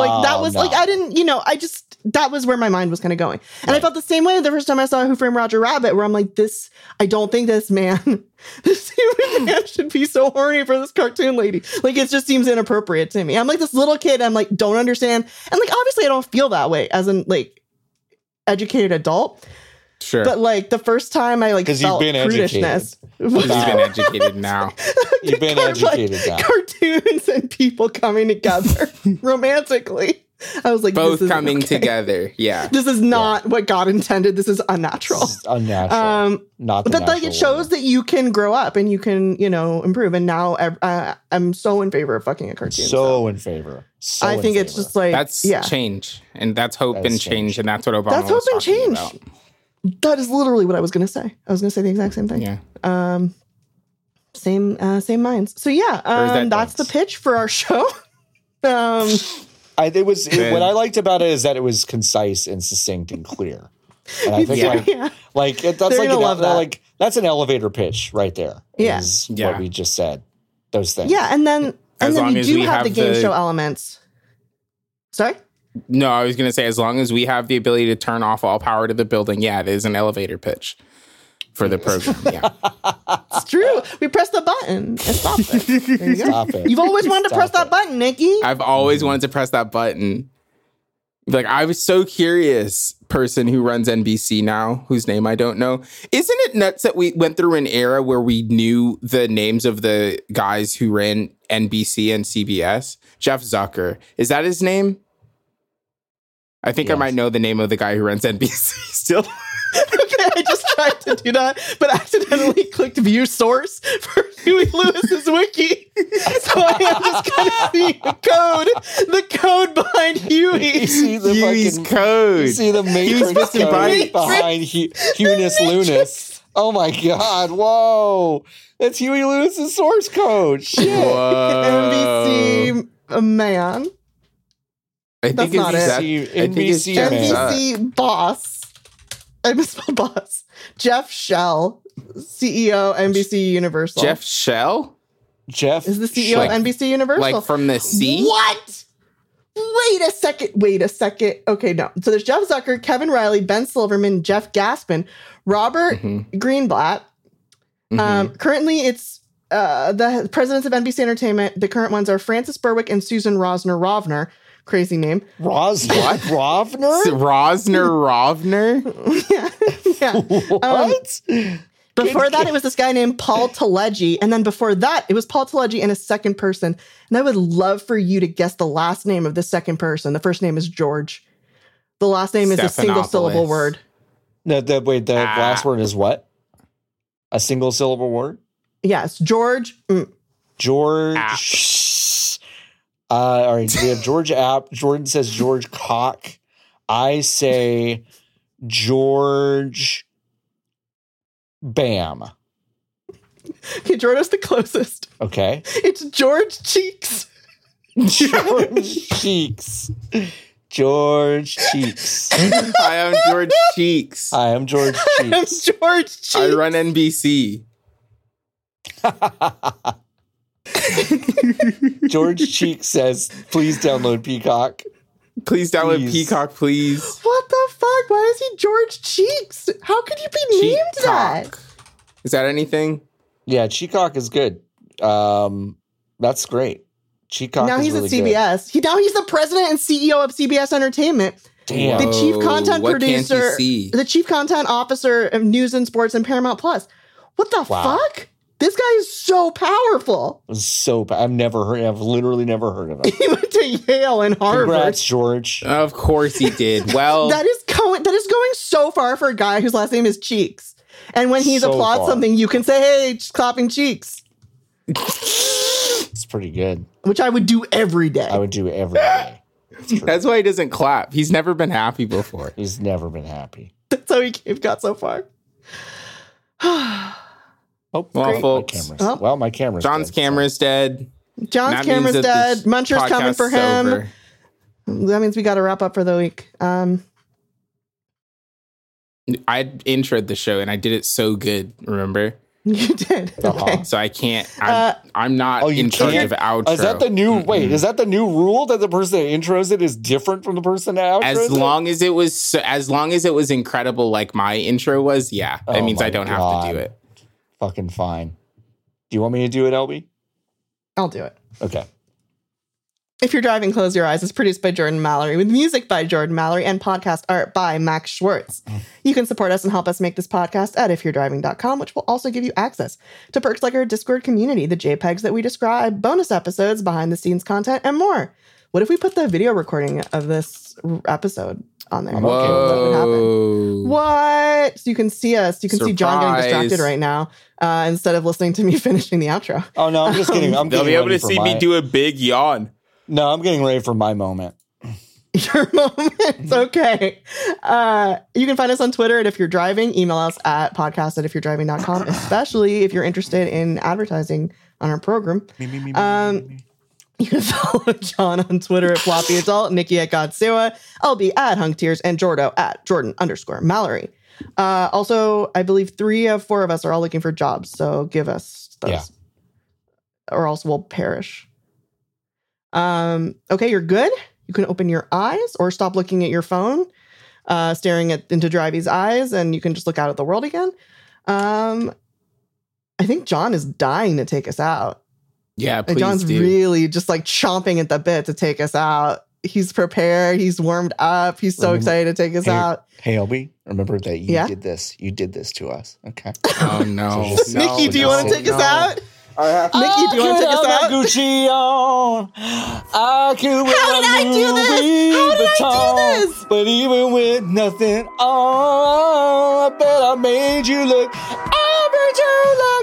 like that
Well,
was
no.
like I didn't, you know, I just that was where my mind was kind of going, and I felt the same way the first time I saw Who Framed Roger Rabbit, where I'm like, this, I don't think this man, this human man should be so horny for this cartoon lady. Like it just seems inappropriate to me. I'm like this little kid, I'm like don't understand, and like obviously I don't feel that way as an like educated adult,
sure
but like the first time I like
'Cause you've
felt
been educated.
prudishness.
because he's been educated now
You've been
kind of like-
educated now.
cartoons and people coming together romantically. I was like,
both
this isn't
coming
okay.
together yeah
This is not what God intended. This is unnatural.
It's unnatural.
Um,
Not the
but like it
natural
shows
order.
that you can grow up and you can, you know, improve. And now ev- uh, I'm so in favor of fucking a cartoon.
so in favor. So
I
in
think it's
favor.
just like
that's
yeah,
change and that's hope
That's
and change.
change.
and that's what obama
That's
was
hope and
talking
change.
about.
that is literally what I was gonna say. I was gonna say the exact same thing.
yeah
Um, same uh, same minds. So yeah,
is that
um, that's the
dance?
pitch for our show. um,
I, it was it, what
Then-
I liked about it is that it was concise and succinct and clear. And I think
Yeah.
like
yeah.
like it,
They're
that's like
gonna
an,
love that.
like that's an elevator pitch right there.
Yeah.
is
Yeah.
what we just said. Those things.
Yeah, and then
As
and then
long
we
as
do
we
have, the
have
game
the-
show elements. Sorry?
no i was gonna say as long as we have the ability to turn off all power to the building yeah it is an elevator pitch for the program yeah
It's true. we pressed the button. It stopped it. There you go.
Stop it.
You've always wanted to
Stop
press
it.
that button, Nikki.
I've always wanted to press that button. Like I was so curious. Person who runs NBC now, whose name I don't know, isn't it nuts that we went through an era where we knew the names of the guys who ran NBC and CBS? Jeff Zucker is that his name? I think I
Yes.
might know the name of the guy who runs NBC still.
okay, I just tried to do that, but accidentally clicked view source for Huey Lewis's wiki. So I am just kind of seeing the code, the code behind
You
Huey.
see the
Huey's
fucking
code.
you see the matrix
missing
code
body.
behind Hu- Hunis Lunas. Oh my god! Whoa, that's Huey Lewis's source code. Shit.
Oh. Whoa.
NBC a uh, man,
I think
That's
it's
not it.
Zach- I think it's
NBC
Jeff
man.
Zuck.
NBC boss. I misspelled boss. Jeff Shell, E CEO NBC Universal.
Jeff Shell,
Jeff
is the E CEO
Like-
of NBC Universal.
like from the sea.
What? Wait a second. Wait a second. Okay, no. So there's Jeff Zucker, Kevin Riley, Ben Silverman, Jeff Gaspin, Robert
Mhm,
Greenblatt.
mhm.
Um, currently, it's uh, the presidents of NBC Entertainment. The current ones are Francis Berwick and Susan Rosner Rovner. Crazy name.
Ros- Rovner.
S- Rosner Rovner.
yeah. yeah.
What?
Before that, it was this guy named Paul Telegy. And then before that, it was Paul Telegy and a second person. And I would love for you to guess the last name of the second person. The first name is George. The last name is a single
Stephanopoulos.
syllable word.
no, the, wait. The
Ah.
last word is what? A single syllable word.
Yes, George. mm,
George.
App.
Uh, all right, we have George App. Jordan says George Cock. I say George Bam.
Okay, George is the closest.
Okay.
It's George Cheeks.
George Cheeks. George Cheeks.
I am George Cheeks.
I am George
It's
Cheeks.
George Uh, Cheeks.
I run NBC.
George Cheeks says, please download Peacock.
Please download
Please.
Peacock, please.
what the fuck? Why is he George Cheeks? How could you be named that?
Cheek-talk. Is that anything?
Yeah, Cheacock is good. Um, that's great. Cheacock
now
is
he's
really
at
good.
CBS. He now he's the president and CEO of CBS Entertainment.
Damn.
The chief content
what
producer-
Can't you see?
the chief content officer of news and sports and Paramount Plus. What the
Wow.
fuck? This guy is so powerful.
was so bad. I've never heard. I've literally never heard of it.
He went to Yale and Harvard.
Congrats, George.
Of course he did. Well,
That is going that is going so far for a guy whose last name is Cheeks. And when he's
So
applauds
far.
something, you can say, "Hey, just clapping cheeks,"
It's pretty good.
which I would do every day.
I would do it every day.
that's why he doesn't clap. He's never been happy before.
He's never been happy.
That's how he came, got so far.
Oh,
Well,
great.
folks.
My camera's,
Oh.
well, my camera's
John's
dead,
camera's dead.
John's
That means
camera's
that
dead.
this
Muncher's coming
podcast's
for him.
over.
That means we got to wrap up for the week. Um,
I introed the show and I did it so good. Remember?
you did.
Uh-huh.
Okay.
So I can't. I'm,
Uh,
I'm not
Oh, you
in charge
can't?
of outro.
So. Oh, Is that the new wait? Is that the new rule that the person that intros it is different from the person that outros
as
it?
long as it was so, as long as it was incredible, like my intro was. Yeah, that
Oh
means
my
I don't have to
God.
do it.
Fucking fine. Do you want me to do it, LB?
I'll do it.
Okay.
If You're Driving, Close Your Eyes is produced by Jordan Mallory with music by Jordan Mallory and podcast art by Max Schwartz. You can support us and help us make this podcast at ifyou'redriving.com, which will also give you access to perks like our Discord community, the JPEGs that we describe, bonus episodes, behind the scenes content, and more. What if we put the video recording of this r- episode on there?
I'm
What
okay with that.
would happen?
Whoa!
What? So you can see us. You can see John getting
Surprise.
distracted right now uh, instead of listening to me finishing the outro.
Oh no, I'm just kidding. I'm
They'll
getting
be able
ready
to
for
see
my,
me do a big yawn.
No, I'm getting ready for my moment.
your moments. Okay. Uh, you can find us on Twitter at if you're driving, email us at podcast at if you're driving.com, especially if you're interested in advertising on our program. Um, you can follow John on Twitter at floppy adult, Nikki at Godsewa, LB at hunk tears, and Jordo at Jordan underscore Mallory. Uh, also, I believe three of four of us are all looking for jobs. So give us those
Yeah.
or else we'll perish. Um, okay, you're good. You can open your eyes or stop looking at your phone, uh, staring at into Drivey's eyes, and you can just look out at the world again. Um, I think John is dying to take us out.
Yeah,
Like,
please
John's
do.
really just like chomping at the bit to take us out. he's prepared. He's warmed up. He's
Um,
so
Remember-
excited to take us
Hey,
out.
Hey, Obi, remember that you
Yeah?
did this. You did this to us. Okay.
Oh no.
So just- No,
Nikki, do you
no,
want to take us
no.
out?
I have
Nikki, do you wanna take us out?
Gucci on. I could wear
How did I
a
do
new
this? How did I do
Vuitton.
this?
But even with nothing on, I bet I made you look. I made you look